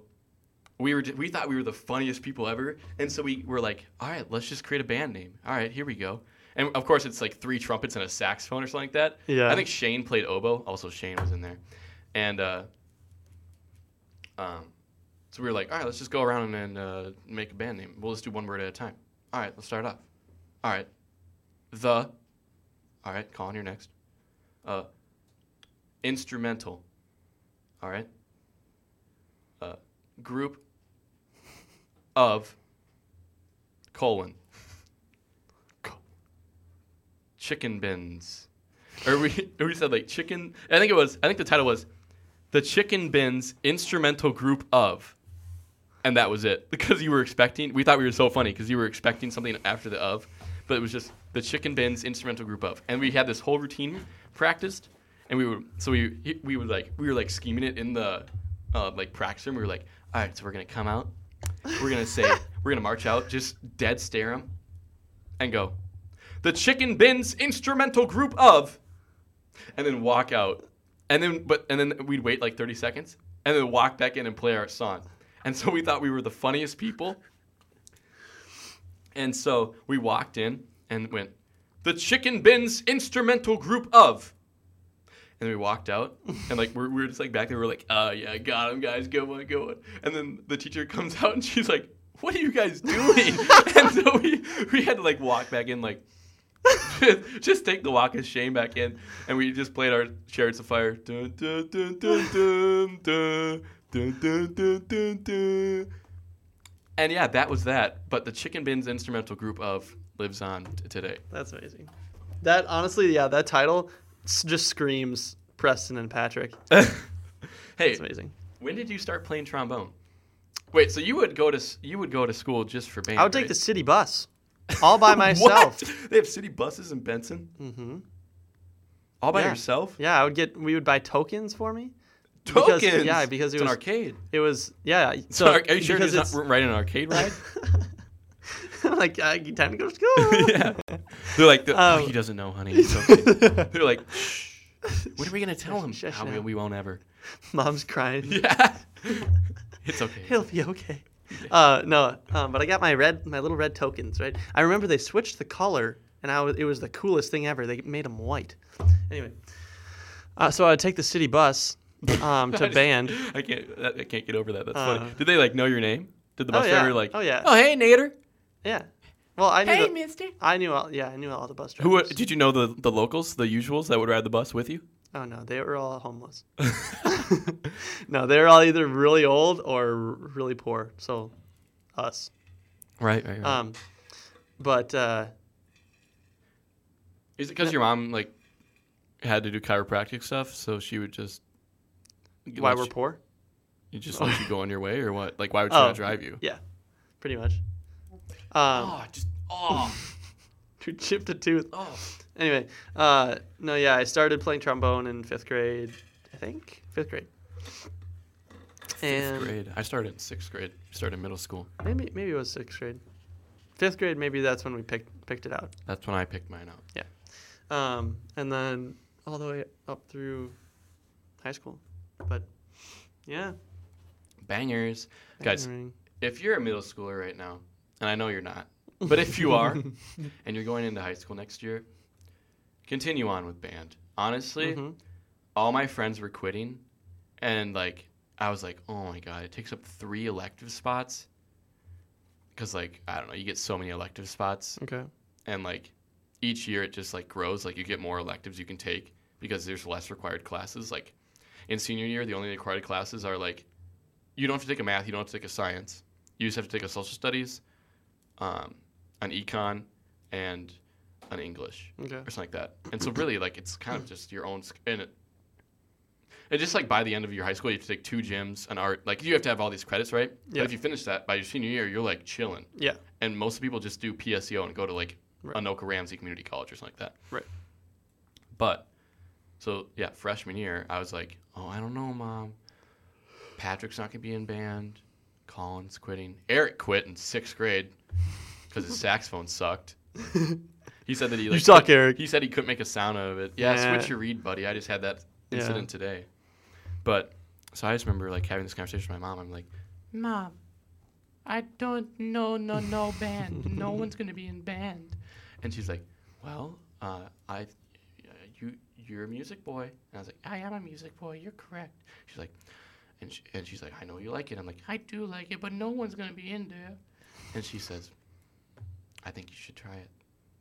we were ju- we thought we were the funniest people ever, and so we were like, all right, let's just create a band name. All right, here we go. And of course, it's like three trumpets and a saxophone or something like that. Yeah. I think Shane played oboe. Also, Shane was in there, and uh, um, so we were like, all right, let's just go around and uh, make a band name. We'll just do one word at a time. All right, let's start off. All right, the. All right, Colin, you're next. Uh, instrumental. All right. Uh, group of colon Co- chicken bins. Or we or we said like chicken. I think it was. I think the title was the chicken bins instrumental group of. And that was it because you were expecting. We thought we were so funny because you were expecting something after the of, but it was just the chicken bins instrumental group of. And we had this whole routine practiced, and we would so we we would like we were like scheming it in the uh, like practice room. We were like, all right, so we're gonna come out, we're gonna say we're gonna march out, just dead stare them, and go, the chicken bins instrumental group of and then walk out and then but and then we'd wait like 30 seconds and then walk back in and play our song and so we thought we were the funniest people and so we walked in and went the chicken bins instrumental group of and we walked out and like we're, we were just like back there we're like uh yeah got him guys go on go on and then the teacher comes out and she's like what are you guys doing and so we we had to like walk back in like just take the walk of shame back in, and we just played our chariots of fire. Dun, dun, dun, dun, dun, dun, dun, dun, dun, dun, dun. And yeah, that was that. But the Chicken Bins instrumental group of lives on t- today. That's amazing. That honestly, yeah, that title s- just screams Preston and Patrick. hey, It's amazing. when did you start playing trombone? Wait, so you would go to s- you would go to school just for band? I would take right? the city bus all by myself. What? They have city buses in Benson. hmm All by Yeah. yourself? Yeah, I would get. We would buy tokens for me. Tokens. Because- yeah, because it it's an was- arcade. It was yeah. So, So are you sure because it's it's- not r- right in an arcade ride? I'm like uh, time to go to school. yeah. They're like, the, Um, oh, he doesn't know, honey. It's okay. They're like, shh. What are we gonna tell him? Shush "Ah, we, now." we won't ever. Mom's crying. Yeah. it's okay. He'll be okay. Uh, no, um, but I got my red, my little red tokens. Right. I remember they switched the color, and I was, it was the coolest thing ever. They made them white. Anyway, uh, so I would take the city bus um, I to just- band. I can't. that- I can't get over that. That's Uh. funny. Did they like know your name? Did the bus Oh, yeah. driver like? Oh, yeah. Oh hey Nader. Yeah. Well, I knew. the- Mister. I knew all. Yeah, I knew all the bus drivers. Who uh, did you know the the locals, the usuals that would ride the bus with you? Oh no, they were all homeless. no, they were all either really old or really poor. So, us. Right, right, right. Um, but uh, Is it because your mom like had to do chiropractic stuff, so she would just why let we're you- poor? you just let you go on your way or what? Like why would she Oh. not drive you? Yeah, pretty much. Um, Oh, just oh, who chipped a tooth. oh. Anyway, uh, no, yeah, I started playing trombone in fifth grade. I think fifth grade. And Fifth grade. I started in sixth grade. Started in middle school. maybe maybe it was sixth grade, fifth grade. Maybe that's when we picked picked it out. That's when I picked mine up. um, and then all the way up through high school. But yeah, Bangers, guys. bangering. If you're a middle schooler right now, and I know you're not, but if you are, and you're going into high school next year, continue on with band. Honestly, Mhm. all my friends were quitting and like i was like oh my god it takes up three elective spots because like i don't know you get so many elective spots okay, and like each year it just like grows like you get more electives you can take because there's less required classes like in senior year the only required classes are like you don't have to take a math you don't have to take a science you just have to take a social studies um, an econ and an english okay, or something like that. And so really, like it's kind of just your own. sc- And it, and just like by the end of your high school, you have to take two gyms, an art. Like you have to have all these credits, right? Yeah. But if you finish that by your senior year, you're like chilling. yeah, And most people just do PSEO and go to like Right. Anoka Ramsey Community College or something like that. Right. But so yeah, freshman year, I was like, oh, I don't know, mom. Patrick's not gonna be in band. Colin's quitting. Eric quit in sixth grade because his saxophone sucked. He said that he like you suck, couldn't- Eric. he said he couldn't make a sound out of it. Yeah, Yeah. switch your read, buddy. I just had that Yeah. incident today. But so I just remember like having this conversation with my mom. I'm like, Mom, I don't know no no band. No one's gonna be in band. And she's like, Well, uh, I, uh, you you're a music boy. And I was like, I am a music boy. You're correct. She's like, and she, and she's like, I know you like it. I'm like, I do like it, but no one's gonna be in there. And she says, I think you should try it,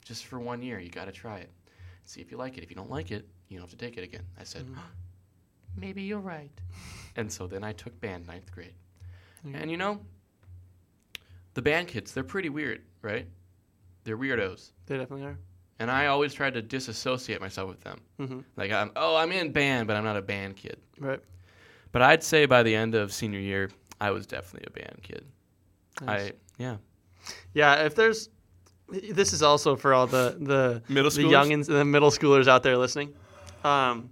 just for one year. You gotta try it, see if you like it. If you don't like it, you don't have to take it again. I said, maybe you're right. And so then I took band ninth grade, Mm. and you know, the band kids they're pretty weird, right? They're weirdos, they definitely are. and I always tried to disassociate myself with them. hmm Like, I'm, oh, I'm in band, but I'm not a band kid. Right. But I'd say by the end of senior year, I was definitely a band kid. I yeah. Yeah, if there's, this is also for all the the Middle the schoolers? youngins, the middle schoolers out there listening. Um,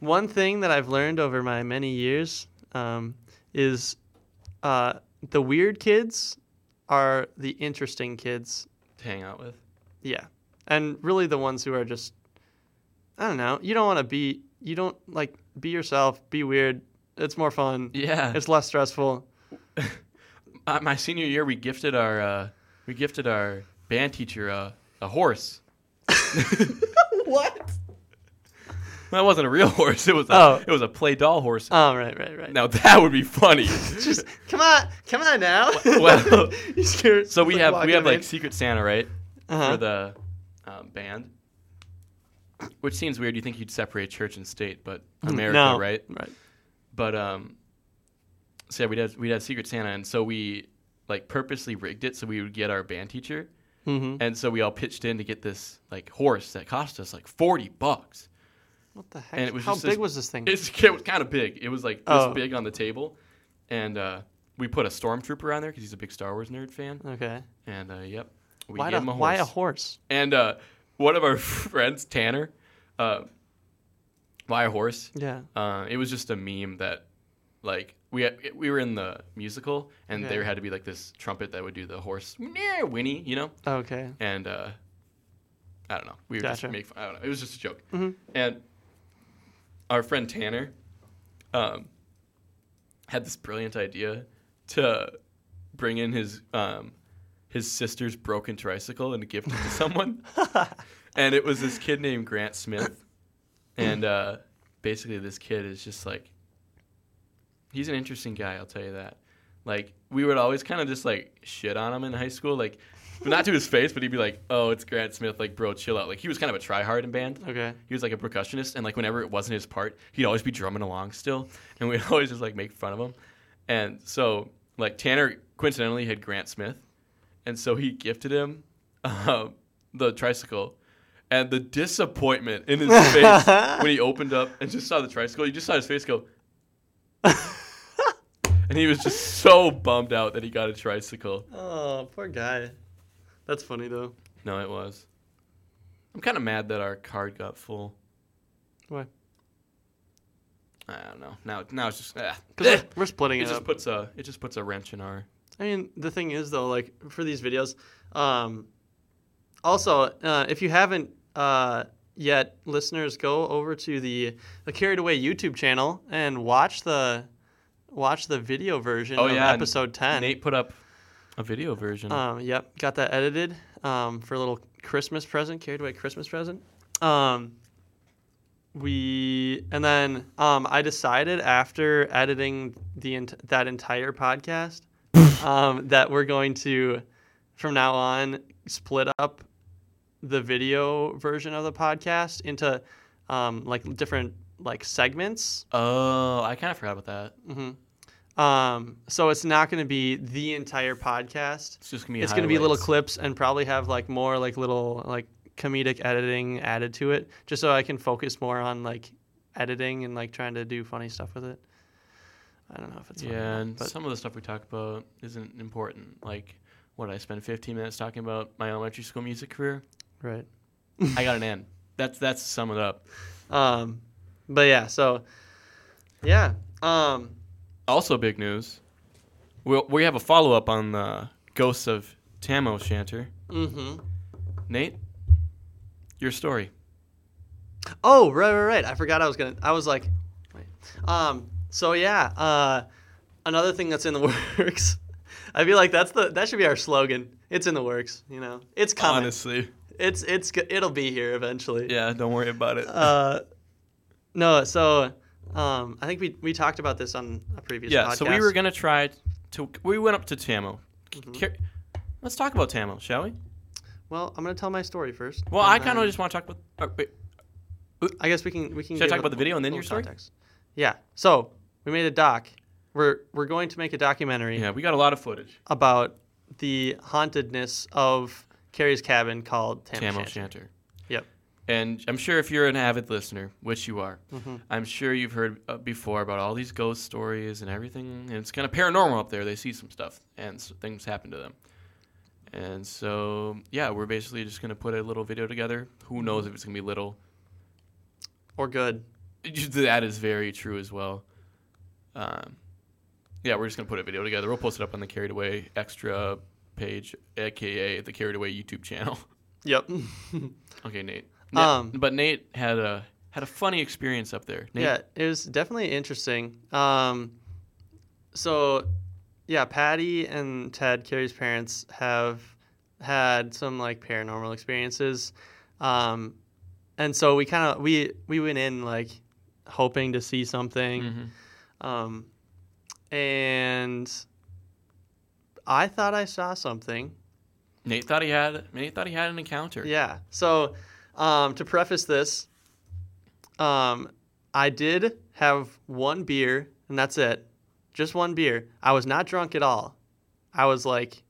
one thing that I've learned over my many years um, is uh, the weird kids are the interesting kids To hang out with. Yeah. And really the ones who are just I don't know, you don't want to be you don't like be yourself, be weird. It's more fun. Yeah. It's less stressful. Uh, my senior year, we gifted our uh, we gifted our band teacher uh, a horse. what? That wasn't a real horse. It was a, Oh. it was a play doll horse. Oh, right, right, right. Now that would be funny. Just come on, come on now. well- you scared. so we like, have walking we have like in. Secret Santa, right, Uh-huh. for the um, band. Which seems weird. You think you'd separate church and state, but America, Mm, no. right? Right. But um, so yeah, we'd have we'd have Secret Santa, and so we like purposely rigged it so we would get our band teacher. Mm-hmm. And so we all pitched in to get this like horse that cost us like 40 bucks. What the heck? And it was How just big this- was this thing? It's, it was kind of big. It was like this Oh. big on the table. And uh, we put a stormtrooper on there because he's a big Star Wars nerd fan. okay. And uh, yep, we Why, gave do, him a horse. why a horse? and uh, one of our friends, Tanner, uh, why a horse? Yeah. Uh, it was just a meme that, like, we had, we were in the musical, and Okay. there had to be like this trumpet that would do the horse "Meow," whinny, you know. Oh, Okay. And uh, I don't know, we were Gotcha. just make fun. I don't know. It was just a joke. Mhm. And our friend Tanner um, had this brilliant idea to bring in his um, his sister's broken tricycle and gift it to someone. and it was this kid named Grant Smith. And uh, basically, this kid is just like, he's an interesting guy, I'll tell you that. Like, we would always kind of just like shit on him in high school. Like, not to his face, but he'd be like, oh, it's Grant Smith. Like, bro, chill out. Like, he was kind of a tryhard in band. Okay. He was like a percussionist, and like whenever it wasn't his part, he'd always be drumming along still, and we'd always just like make fun of him. And so, like Tanner coincidentally had Grant Smith, and so he gifted him um, the tricycle, and the disappointment in his face when he opened up and just saw the tricycle, you just saw his face go, and he was just so bummed out that he got a tricycle. Oh, poor guy. That's funny though. No, it was. I'm kind of mad that our card got full. Why? I don't know. Now, now it's just. ah. Because we're, we're splitting it it just up. puts a it just puts a wrench in our I mean, the thing is though, like for these videos, um, also uh, if you haven't uh, yet, listeners, go over to the the Carried Away YouTube channel and watch the watch the video version Oh, of yeah, and episode ten. Nate put up a video version. Um, yep, got that edited um, for a little Christmas present, carried away Christmas present. Um, we and then um, I decided after editing the ent- that entire podcast um, that we're going to from now on split up the video version of the podcast into um, like different like segments. oh, I kind of forgot about that. hmm Um, so it's not going to be the entire podcast It's just gonna be it's going to be little highlights. clips and probably have like more like little like comedic editing added to it just so i can focus more on like editing and like trying to do funny stuff with it i don't know if it's funny or Yeah, not, and but some of the stuff we talk about isn't important. Like what I spent 15 minutes talking about my elementary school music career. right I got an N. That's that's to sum it up. um but yeah so yeah um Also, big news. We we have a follow up on the Ghosts of Tam O'Shanter. hmm Nate, your story. Oh, right, right, right. I forgot I was gonna. I was like, wait. Um. So yeah. Uh, another thing that's in the works. I feel like that's the that should be our slogan. It's in the works. You know, it's coming. Honestly, It's it's go- it'll be here eventually. yeah. Don't worry about it. Uh, no. So, um, I think we we talked about this on a previous. yeah Podcast. Mm-hmm. so we were gonna try to we went up to tamo Car- let's talk about tamo shall we Well, I'm gonna tell my story first. well and i kind of then- just want to talk about uh, wait, I guess we can we can. Should I give talk a about the video and then little your story? Context. Yeah. So we made a doc. We're we're going to make a documentary. yeah we got a lot of footage about the hauntedness of Carrie's cabin called Tam tamo O'Shanter. shanter Yep. and i'm sure if you're an avid listener which you are Mm-hmm. i'm sure you've heard uh, before about all these ghost stories and everything and it's kind of paranormal up there they see some stuff and s things happen to them and so yeah we're basically just gonna put a little video together who knows if it's gonna be little Or good. That is very true as well. Um, yeah, we're just gonna put a video together. We'll post it up on the Carried Away extra page, aka the Carried Away YouTube channel. Yep. okay, Nate. Um, but Nate had a had a funny experience up there. Nate, yeah, it was definitely interesting. Um, so, yeah, Patty and Ted, Carrie's parents, have had some like paranormal experiences, um, and so we kind of we we went in like hoping to see something. Mhm. Um, and I thought I saw something. Nate thought he had Nate thought he had an encounter. Yeah. So, um, to preface this, um, I did have one beer, and that's it. Just one beer. I was not drunk at all. I was like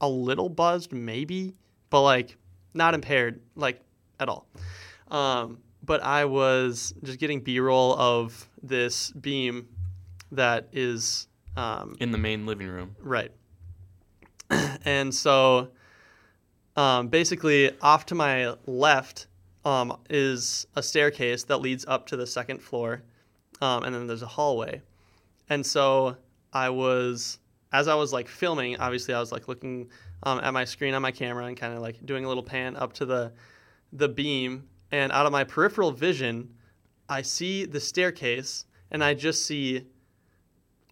a little buzzed, maybe, but like not impaired, like at all. Um, but I was just getting B roll of this beam that is um, in the main living room. Right. and so um, basically, off to my left um, is a staircase that leads up to the second floor, um, and then there's a hallway. And so I was, as I was like filming, obviously I was like looking um, at my screen on my camera and kind of like doing a little pan up to the the beam. And out of my peripheral vision, I see the staircase, and I just see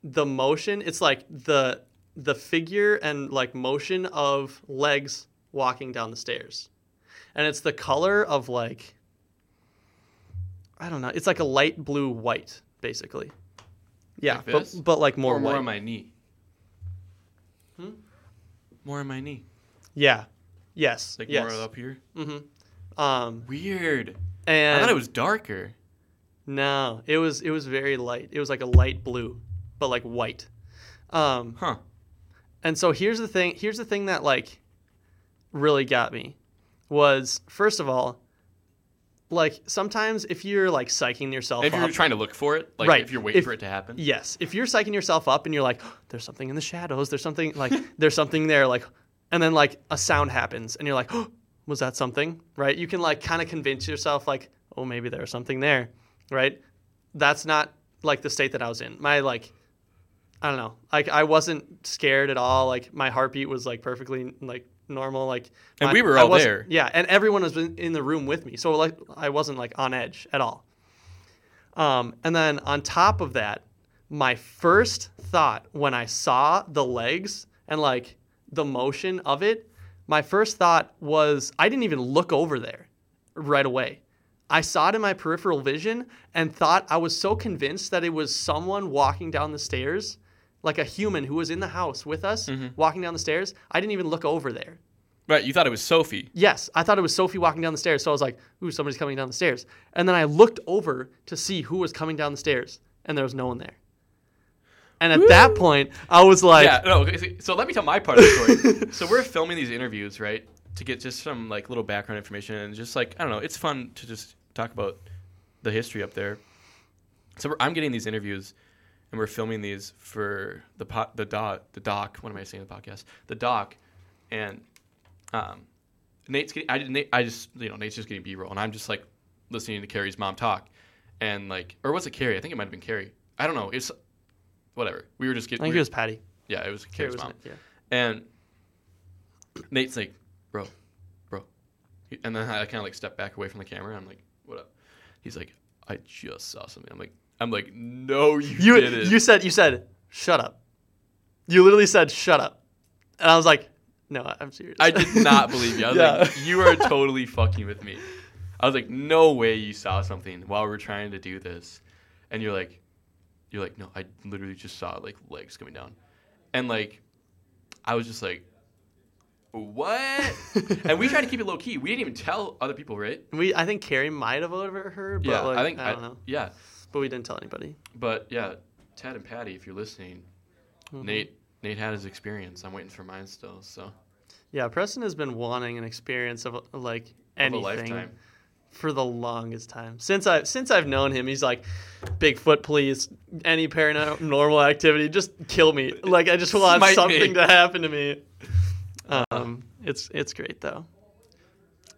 the motion it's like the the figure and like motion of legs walking down the stairs and it's the color of like i don't know it's like a light blue white basically yeah Like but, this? but like more or white more on my knee. Hmm? More on my knee. yeah yes Like yes more up here. mm-hmm. um Weird. and I thought it was darker. no it was it was very light it was like a light blue but like white um Huh. And so here's the thing. Here's the thing that like really got me was first of all, like sometimes if you're like psyching yourself If you're up, trying to look for it, like Right. if you're waiting If- for it to happen. yes, if you're psyching yourself up and you're like, there's something in the shadows, there's something like there's something there, like, and then like a sound happens and you're like, was that something? Right? You can like kind of convince yourself like, oh, maybe there's something there, right? That's not like the state that I was in. My like I don't know. Like I wasn't scared at all. Like my heartbeat was like perfectly like normal. Like And my- we were I all wasn't- there. Yeah, and everyone was in in the room with me, so like I wasn't like on edge at all. Um, and then on top of that, my first thought when I saw the legs and like the motion of it, my first thought was I didn't even look over there right away. I saw it in my peripheral vision and thought I was so convinced that it was someone walking down the stairs, like a human who was in the house with us Mm-hmm. walking down the stairs. I didn't even look over there. Right. You thought it was Sophie. Yes, I thought it was Sophie walking down the stairs. So I was like, ooh, somebody's coming down the stairs. And then I looked over to see who was coming down the stairs, and there was no one there. And at that point, I was like, yeah. No. okay, see- So let me tell my part of the story. so we're filming these interviews, right, to get just some like little background information and just like I don't know. It's fun to just talk about the history up there. So we're, I'm getting these interviews, and we're filming these for the po- the doc the doc. What am I saying? The podcast. The doc, and um, Nate's getting. I did. Nate, I just you know Nate's just getting B roll, and I'm just like listening to Carrie's mom talk, and like or was it Carrie? I think it might have been Carrie. I don't know. It's whatever. We were just I getting. think it was Patty. Yeah, it was Carrie's Carrie, wasn't mom. it? Yeah. And Nate's like, bro, bro. He- And then I kind of like step back away from the camera. I'm like, what up? He's like, I just saw something. I'm like, I'm like, no, you, You, didn't. you said, you said, shut up. You literally said, shut up. And I was like, no, I'm serious. I did not believe you. I was like, you are totally fucking with me. I was like, no way you saw something while we are trying to do this. And you're like, you're like, no, I literally just saw like legs coming down. And like, I was just like, what? and we tried to keep it low key. We didn't even tell other people, right? we, I think Carrie might have overheard, but yeah, like, I think I don't know. Yeah, But we didn't tell anybody. but yeah, Ted and Patty, if you're listening, Mm-hmm. Nate Nate had his experience. I'm waiting for mine still. So Yeah, Preston has been wanting an experience of like of a anything lifetime. for the longest time since I since I've known him. He's like, Bigfoot, please, any paranormal activity, just kill me. Like I just want Smite me. something to happen to me. Um, it's it's great though.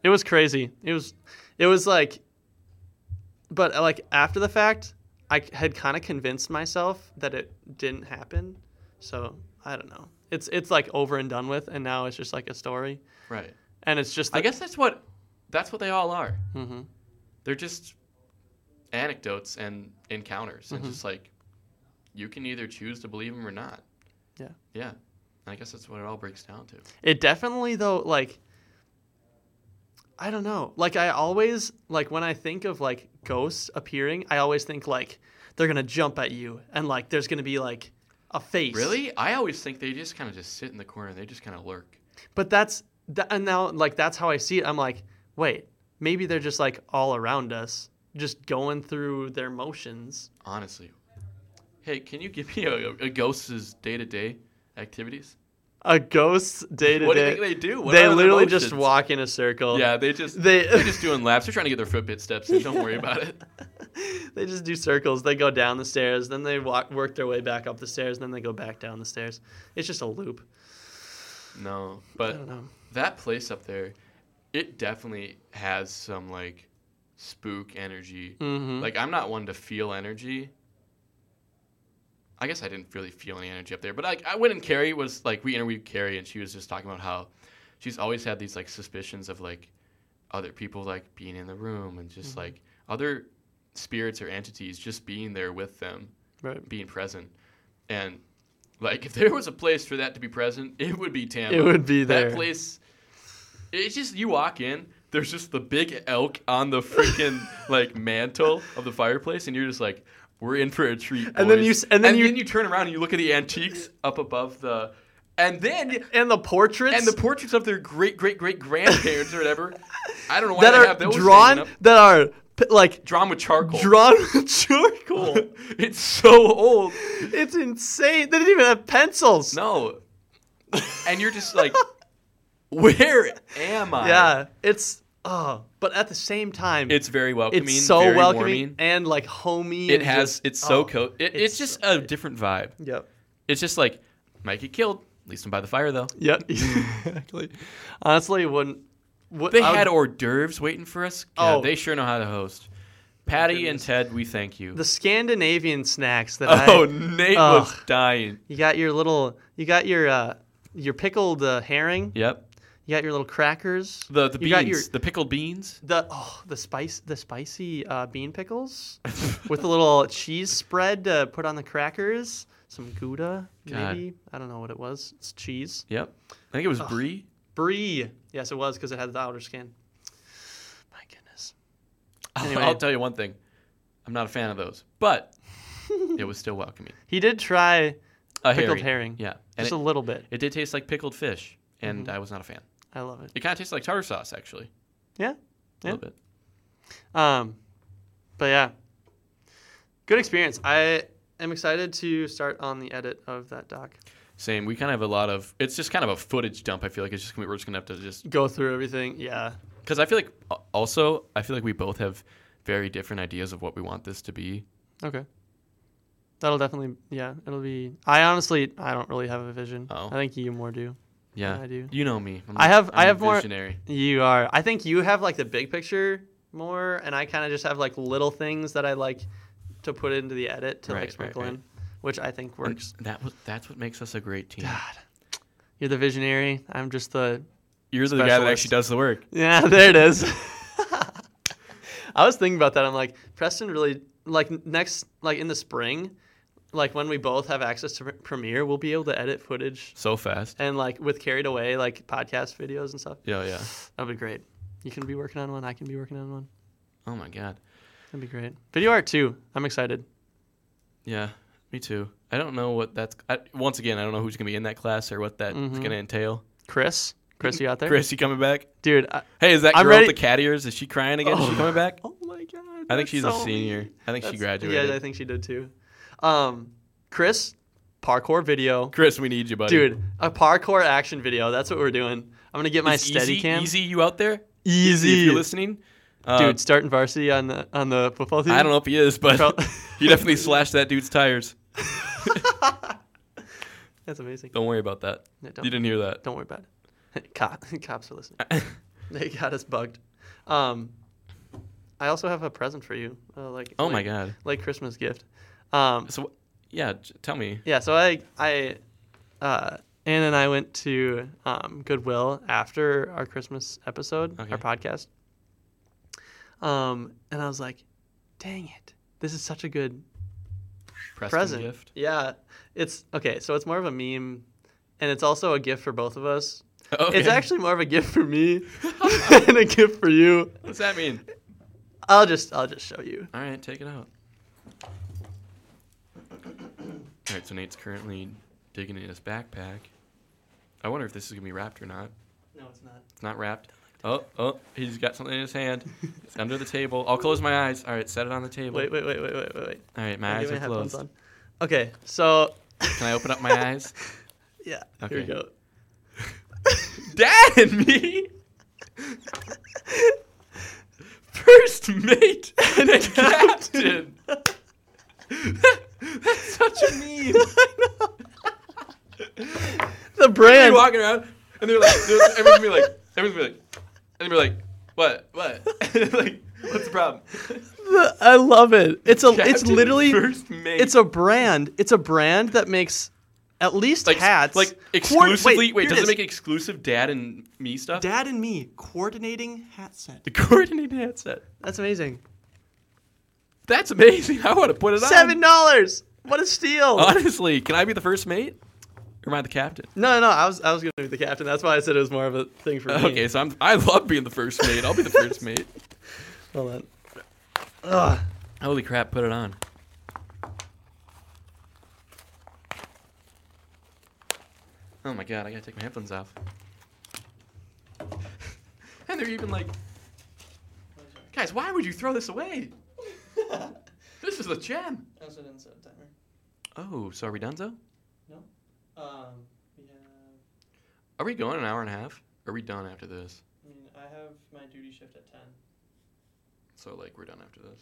It was crazy. It was it was like, but like after the fact, I had kind of convinced myself that it didn't happen. So I don't know. It's it's like over and done with, and now it's just like a story, Right. and it's just I guess that's what that's what they all are. Mhm. They're just anecdotes and encounters, and Mm-hmm. just like you can either choose to believe them or not. Yeah. Yeah. And I guess that's what it all breaks down to. It definitely though like I don't know. Like I always like when I think of like ghosts appearing, I always think like they're going to jump at you and like there's going to be like a face. Really? I always think they just kind of just sit in the corner and they just kind of lurk. But that's that, and now like that's how I see it. I'm like, "Wait, maybe they're just like all around us, just going through their motions." Honestly. Hey, can you give me a, a ghost's day to day activities? A ghost day to What do you day. think they do? What They are their literally just motions? walk in a circle. Yeah, they just They- they, are just doing laps. They're trying to get their Fitbit steps. In. Don't worry about it. they just do circles. They go down the stairs, then they walk, work their way back up the stairs, and then they go back down the stairs. It's just a loop. No, I but don't know. that place up there, it definitely has some like spook energy. Mm-hmm. Like I'm not one to feel energy. I guess I didn't really feel any energy up there, but like I went and Carrie was like we interviewed Carrie and she was just talking about how she's always had these like suspicions of like other people like being in the room and just like other spirits or entities just being there with them, right. being present. And like if there was a place for that to be present, it would be Tampa. It would be there. That place, it's just you walk in. There's just the big elk on the freaking like mantle of the fireplace, and you're just like, "We're in for a treat." And then boys." you s- and then you- turn around and you look at the antiques up above the, and then And the portraits and the portraits of their great great great grandparents or whatever. I don't know why that they are have those hanging drawn up. that are p- like drawn with charcoal. drawn with charcoal. it's so old. it's insane. They didn't even have pencils. No, and you're just like, "Where am I?" Yeah, it's oh, but at the same time, It's very welcoming. it's so very welcoming warming. and like homey. It and has. just- it's so oh, co. It, it's, it's just so a different vibe. Yep. It's just like might get killed. At least I'm by the fire though. Yep. exactly. Honestly, wouldn't. What, They I would- had hors d'oeuvres waiting for us. God, Oh. they sure know how to host. Patty and Ted, we thank you. the Scandinavian snacks that oh, I. Nate was Ugh. dying. You got your little. You got your. uh your pickled uh, herring. Yep. You got your little crackers. The the you beans, got your the pickled beans. the oh the spice the spicy uh, bean pickles with a little cheese spread to put on the crackers. Some gouda, God. maybe I don't know what it was. It's cheese. Yep. I think it was brie. Brie. Yes, it was because it had the outer skin. My goodness. I'll- Anyway. I'll tell you one thing. I'm not a fan of those, but it was still welcoming. He did try A pickled herring. herring. Uh, Yeah. And just it, a Mm-hmm. little bit. it did taste like pickled fish, and I was not a fan. I love it. It kind of tastes like tartar sauce, actually. Yeah. Yeah. A little bit. Um, but yeah, good experience. I am excited to start on the edit of that doc. Same. We kind of have a lot of. It's just kind of a footage dump. I feel like it's just gonna be- we're just gonna have to just Go through everything. Yeah. because I feel like al- also I feel like we both have very different ideas of what we want this to be. Okay. That'll definitely, yeah, it'll be. I honestly, I don't really have a vision. Oh. I think you more do. Yeah, I do. You know me. I'm, I have- I'm I a have more- visionary. You are. I think you have like the big picture more, and I kind of just have like little things that I like to put into the edit to Right, like right, sprinkle right. in, which I think And works. That was that's what makes us a great team. God, you're the visionary. I'm just the. You're the guy that Specialist. actually does the work. Yeah, there it is. I was thinking about that. I'm like, Preston really like n- next like in the spring, like when we both have access to Pre- Premiere, we'll be able to edit footage So fast. and like with carried away like podcast videos and stuff. Yeah, yeah. That'd be great. You can be working on one. I can be working on one. Oh my god. That'd be great. Video art too. I'm excited. Yeah, me too. I don't know what that's. I, once again, I don't know who's gonna be in that class or what that's Mhm. gonna entail. Chris, Chris, you out there? Chris, you coming back? dude. I, Hey, is that I'm girl with ready- the cat ears? Is she crying again? Is she Oh. coming back? oh my god. I think that's she's so a senior. mean. I think she That's- graduated. Yeah, I think she did too. Um, Chris, parkour video, Chris, we need you, buddy. dude. A parkour action video. That's what we're doing. I'm gonna get my It's steady easy, cam. Easy, you out there? If Easy. you're listening, uh, dude. Starting varsity on the on the football team. I don't know if he is, but Pro- he definitely slashed that dude's tires. That's amazing. Don't worry about that. No, You don't, didn't hear that. don't worry about it. Cop, cops are listening. Uh, They got us bugged. Um, I also have a present for you, uh, like oh like, my god. like Christmas gift. Um, So yeah, j- tell me. yeah, so I I uh, Ann and I went to um, Goodwill after our Christmas episode, Okay. our podcast. Um, and I was like, dang it, this is such a good Preston present. gift. Yeah, it's okay. So it's more of a meme, and it's also a gift for both of us. Okay. It's actually more of a gift for me and a gift for you. What does that mean? I'll just I'll just show you. All right, take it out. All right, so Nate's currently digging in his backpack. I wonder if this is gonna be wrapped or not. No, it's not. It's not wrapped. Oh, oh, he's got something in his hand. It's under the table. I'll close my eyes. All right, set it on the table. Wait, wait, wait, wait, wait, wait, wait. All right, I'm my eyes getting my are headphones closed. on. Okay, so Can I open up my eyes? Yeah. Here we Okay. go. Dad and me. First mate and a captain. That's such a meme. The You're brand. walking around, and they're like, they're, everyone's gonna be like, everyone's gonna be like, and they're like, what, what? And I'm like, what's the problem? The- I love it. It's a. it's Captain, literally. first mate. It's a brand. It's a brand that makes at least like hats. like Quar- exclusively. wait, here does it is. make exclusive dad and me stuff? Dad and me coordinating hat set. The coordinated headset. That's amazing. That's amazing. I want to put it on. Seven dollars. What a steal. Honestly, can I be the first mate? Or am I the captain? no, no, I was I was gonna be the captain. That's why I said it was more of a thing for me. Okay, so I'm. I love being the first mate. I'll be the first mate. Hold on. Ugh. Holy crap! Put it on. Oh my god! I gotta take my headphones off. And they're even like, guys, why would you throw this away? This is a gem. also didn't set a timer. Oh, so are we done, though? No. Um. We have. Are we going an hour and a half? Are we done after this? I mean, I have my duty shift at ten. So like, we're done after this.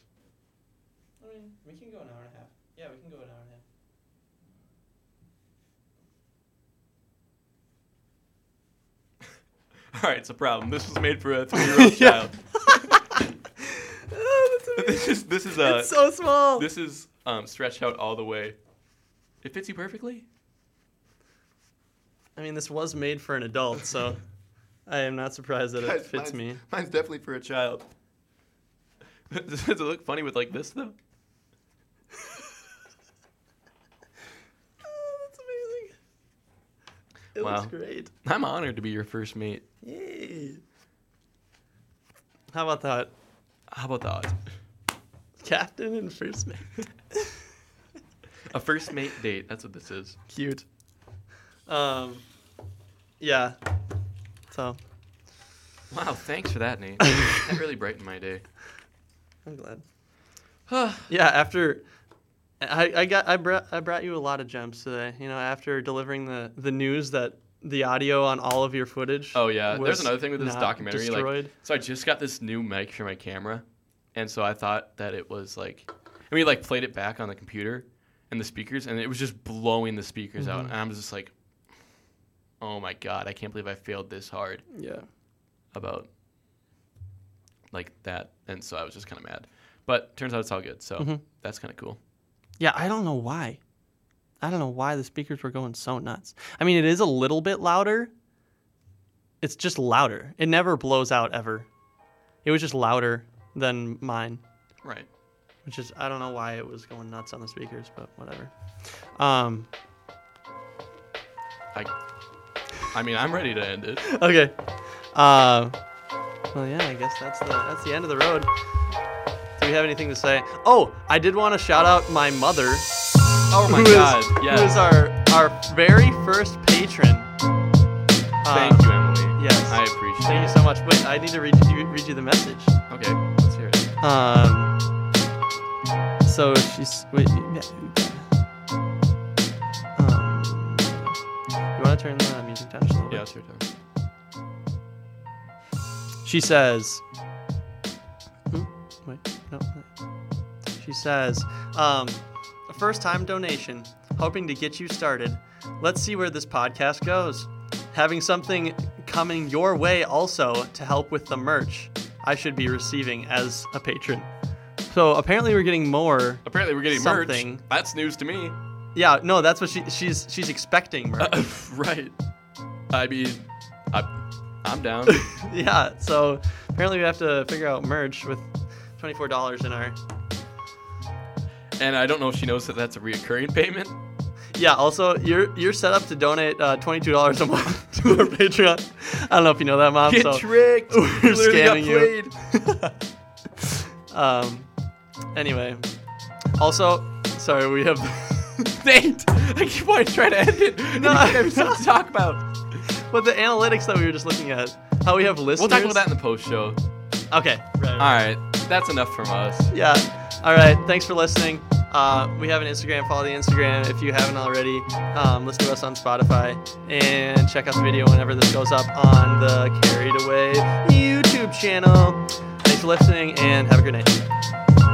I mean, we can go an hour and a half. Yeah, we can go an hour and a half. All right, it's a problem. This was made for a three-year-old child. Oh, that's amazing. this is this is uh, it's so small. this is um, stretched out all the way. It fits you perfectly. I mean, this was made for an adult, so I am not surprised that it Guys, fits me. mine's- Mine's definitely for a child. Does it look funny with like this though? Oh, that's amazing. It Wow. looks great. I'm honored to be your first mate. Yay. How about that? How about that? Captain and first mate. A first mate date. That's what this is. Cute. Um, yeah. So, Wow, thanks for that, Nate. that really brightened my day. I'm glad. Huh. Yeah, after I, I got I brought I brought you a lot of gems today. You know, after delivering the the news that the audio on all of your footage. Oh yeah, was there's another thing with this not documentary. Destroyed. Like, so I just got this new mic for my camera, and so I thought that it was like, and we like played it back on the computer and the speakers, and it was just blowing the speakers out, Mm-hmm. and I'm just like, oh my god, I can't believe I failed this hard yeah. about like that, and so I was just kind of mad. But turns out it's all good, so Mm-hmm. that's kind of cool. Yeah, I don't know why. I don't know why the speakers were going so nuts. I mean, it is a little bit louder. It's just louder. It never blows out ever. It was just louder than mine, Right. which is I don't know why it was going nuts on the speakers, but whatever. Um, I, I mean, I'm ready to end it. okay. Uh, well, yeah, I guess that's the that's the end of the road. Do we have anything to say? Oh, I did want to shout out my mother. Oh my who is- god! who is Yes. our our very first patron. Uh, Thank you, Emily. yes. I appreciate. it. Thank you so much. Wait, I need to read you, read you the message. Okay, let's hear it. Um. So she's wait. yeah, Um, you want to turn the music down just a little Yeah, bit? it's your turn. She says. Hmm, Wait. No. She says, um, a first time donation, hoping to get you started. Let's see where this podcast goes. Having something coming your way also to help with the merch I should be receiving as a patron. So apparently we're getting more. Apparently, we're getting Something. merch. That's news to me. Yeah, no, that's what she, she's she's expecting merch. right. I mean, I, I'm down. yeah, so apparently we have to figure out merch with twenty-four dollars in our. and I don't know if she knows that that's a reoccurring payment. Yeah, also you're you're set up to donate uh, twenty-two dollars a month to our Patreon. I don't know if you know that, mom. Get so tricked. we're Clearly got scamming you. played. Um, anyway, also, sorry, we have. Nate, I keep wanting to try to end it. No, I have something to talk about. but the analytics that we were just looking at, how we have listeners. We'll talk about that in the post show. Okay. Right. right. All right, that's enough from us. Yeah. All right. Thanks for listening. Uh, we have an Instagram. Follow the Instagram if you haven't already. Um, listen to us on Spotify and check out the video whenever this goes up on the Carried Away YouTube channel. Thanks for listening and have a good night.